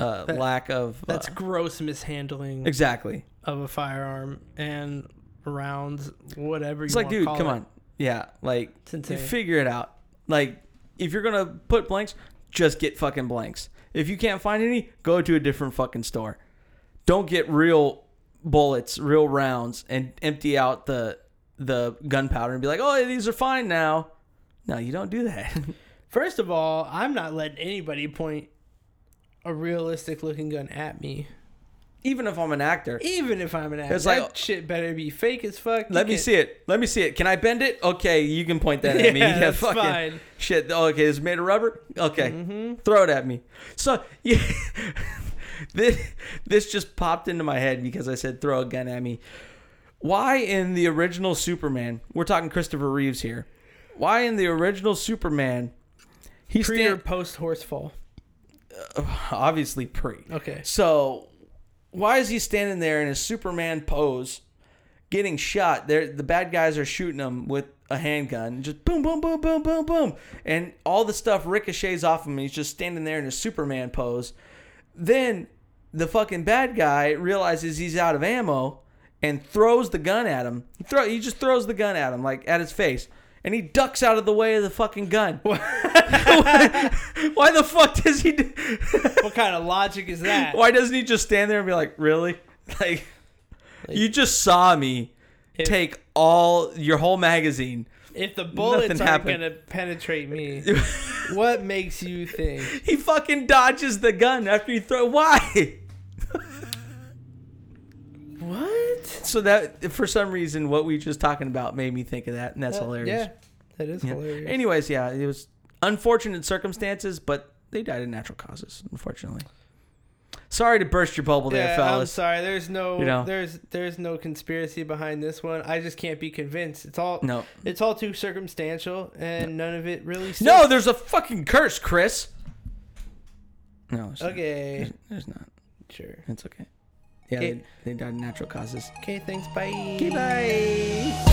Speaker 2: uh,
Speaker 1: That-
Speaker 2: lack of.
Speaker 1: That's
Speaker 2: uh,
Speaker 1: gross mishandling
Speaker 2: exactly.
Speaker 1: of a firearm and rounds, whatever.
Speaker 2: It's
Speaker 1: you
Speaker 2: like,
Speaker 1: wanna
Speaker 2: dude,
Speaker 1: call
Speaker 2: come
Speaker 1: it.
Speaker 2: on, yeah, like
Speaker 1: It's insane.
Speaker 2: figure it out. Like, if you're gonna put blanks, just get fucking blanks. If you can't find any, go to a different fucking store. Don't get real bullets, real rounds, and empty out the the gunpowder and be like, "Oh, these are fine now." No, you don't do that.
Speaker 1: First of all, I'm not letting anybody point a realistic looking gun at me,
Speaker 2: Even if I'm an actor,
Speaker 1: even if I'm an actor.
Speaker 2: It's
Speaker 1: that
Speaker 2: like-
Speaker 1: shit better be fake as fuck. You
Speaker 2: let me
Speaker 1: can't-
Speaker 2: see it. Let me see it. Can I bend it? Okay, you can point that at me.
Speaker 1: Yeah, that's
Speaker 2: fucking
Speaker 1: fine.
Speaker 2: shit. Okay, it's made of rubber. Okay,
Speaker 1: Mhm.
Speaker 2: throw it at me. So yeah, this, this just popped into my head because I said throw a gun at me. Why in the original Superman? We're talking Christopher Reeves here. Why in the original Superman? He
Speaker 1: Pre or
Speaker 2: stand,
Speaker 1: post horse fall?
Speaker 2: obviously pre.
Speaker 1: Okay.
Speaker 2: So why is he standing there in his Superman pose, getting shot? There, the bad guys are shooting him with a handgun, just boom, boom, boom, boom, boom, boom, and all the stuff ricochets off him. And he's just standing there in his Superman pose. Then the fucking bad guy realizes he's out of ammo and throws the gun at him. He throw, he just throws the gun at him, like at his face. And he ducks out of the way of the fucking gun. Why the fuck does he? Do-
Speaker 1: what kind of logic is that?
Speaker 2: why doesn't he just stand there and be like, really? Like, you just saw me
Speaker 1: If-
Speaker 2: take all your whole magazine.
Speaker 1: If the bullets
Speaker 2: Nothing
Speaker 1: aren't
Speaker 2: happened.
Speaker 1: gonna penetrate me, what makes you think?
Speaker 2: He fucking dodges the gun after you throw. Why?
Speaker 1: What?
Speaker 2: So that for some reason, what we just talking about made me think of that, and that's
Speaker 1: Uh,
Speaker 2: hilarious.
Speaker 1: Yeah, that is
Speaker 2: Yeah.
Speaker 1: hilarious.
Speaker 2: Anyways, yeah, it was unfortunate circumstances, but they died of natural causes, unfortunately. Sorry to burst your bubble there,
Speaker 1: yeah, I'm
Speaker 2: fellas.
Speaker 1: sorry. There's no,
Speaker 2: You know.
Speaker 1: there's there's no conspiracy behind this one. I just can't be convinced. It's all
Speaker 2: No,
Speaker 1: it's all too circumstantial, and none of it really. Sticks.
Speaker 2: no, there's a fucking curse, Chris. No, there's not.
Speaker 1: Okay.
Speaker 2: There's- there's not.
Speaker 1: Sure.
Speaker 2: It's okay. Yeah,
Speaker 1: Okay.
Speaker 2: they, they died of natural causes.
Speaker 1: Okay. Thanks. Bye.
Speaker 2: bye.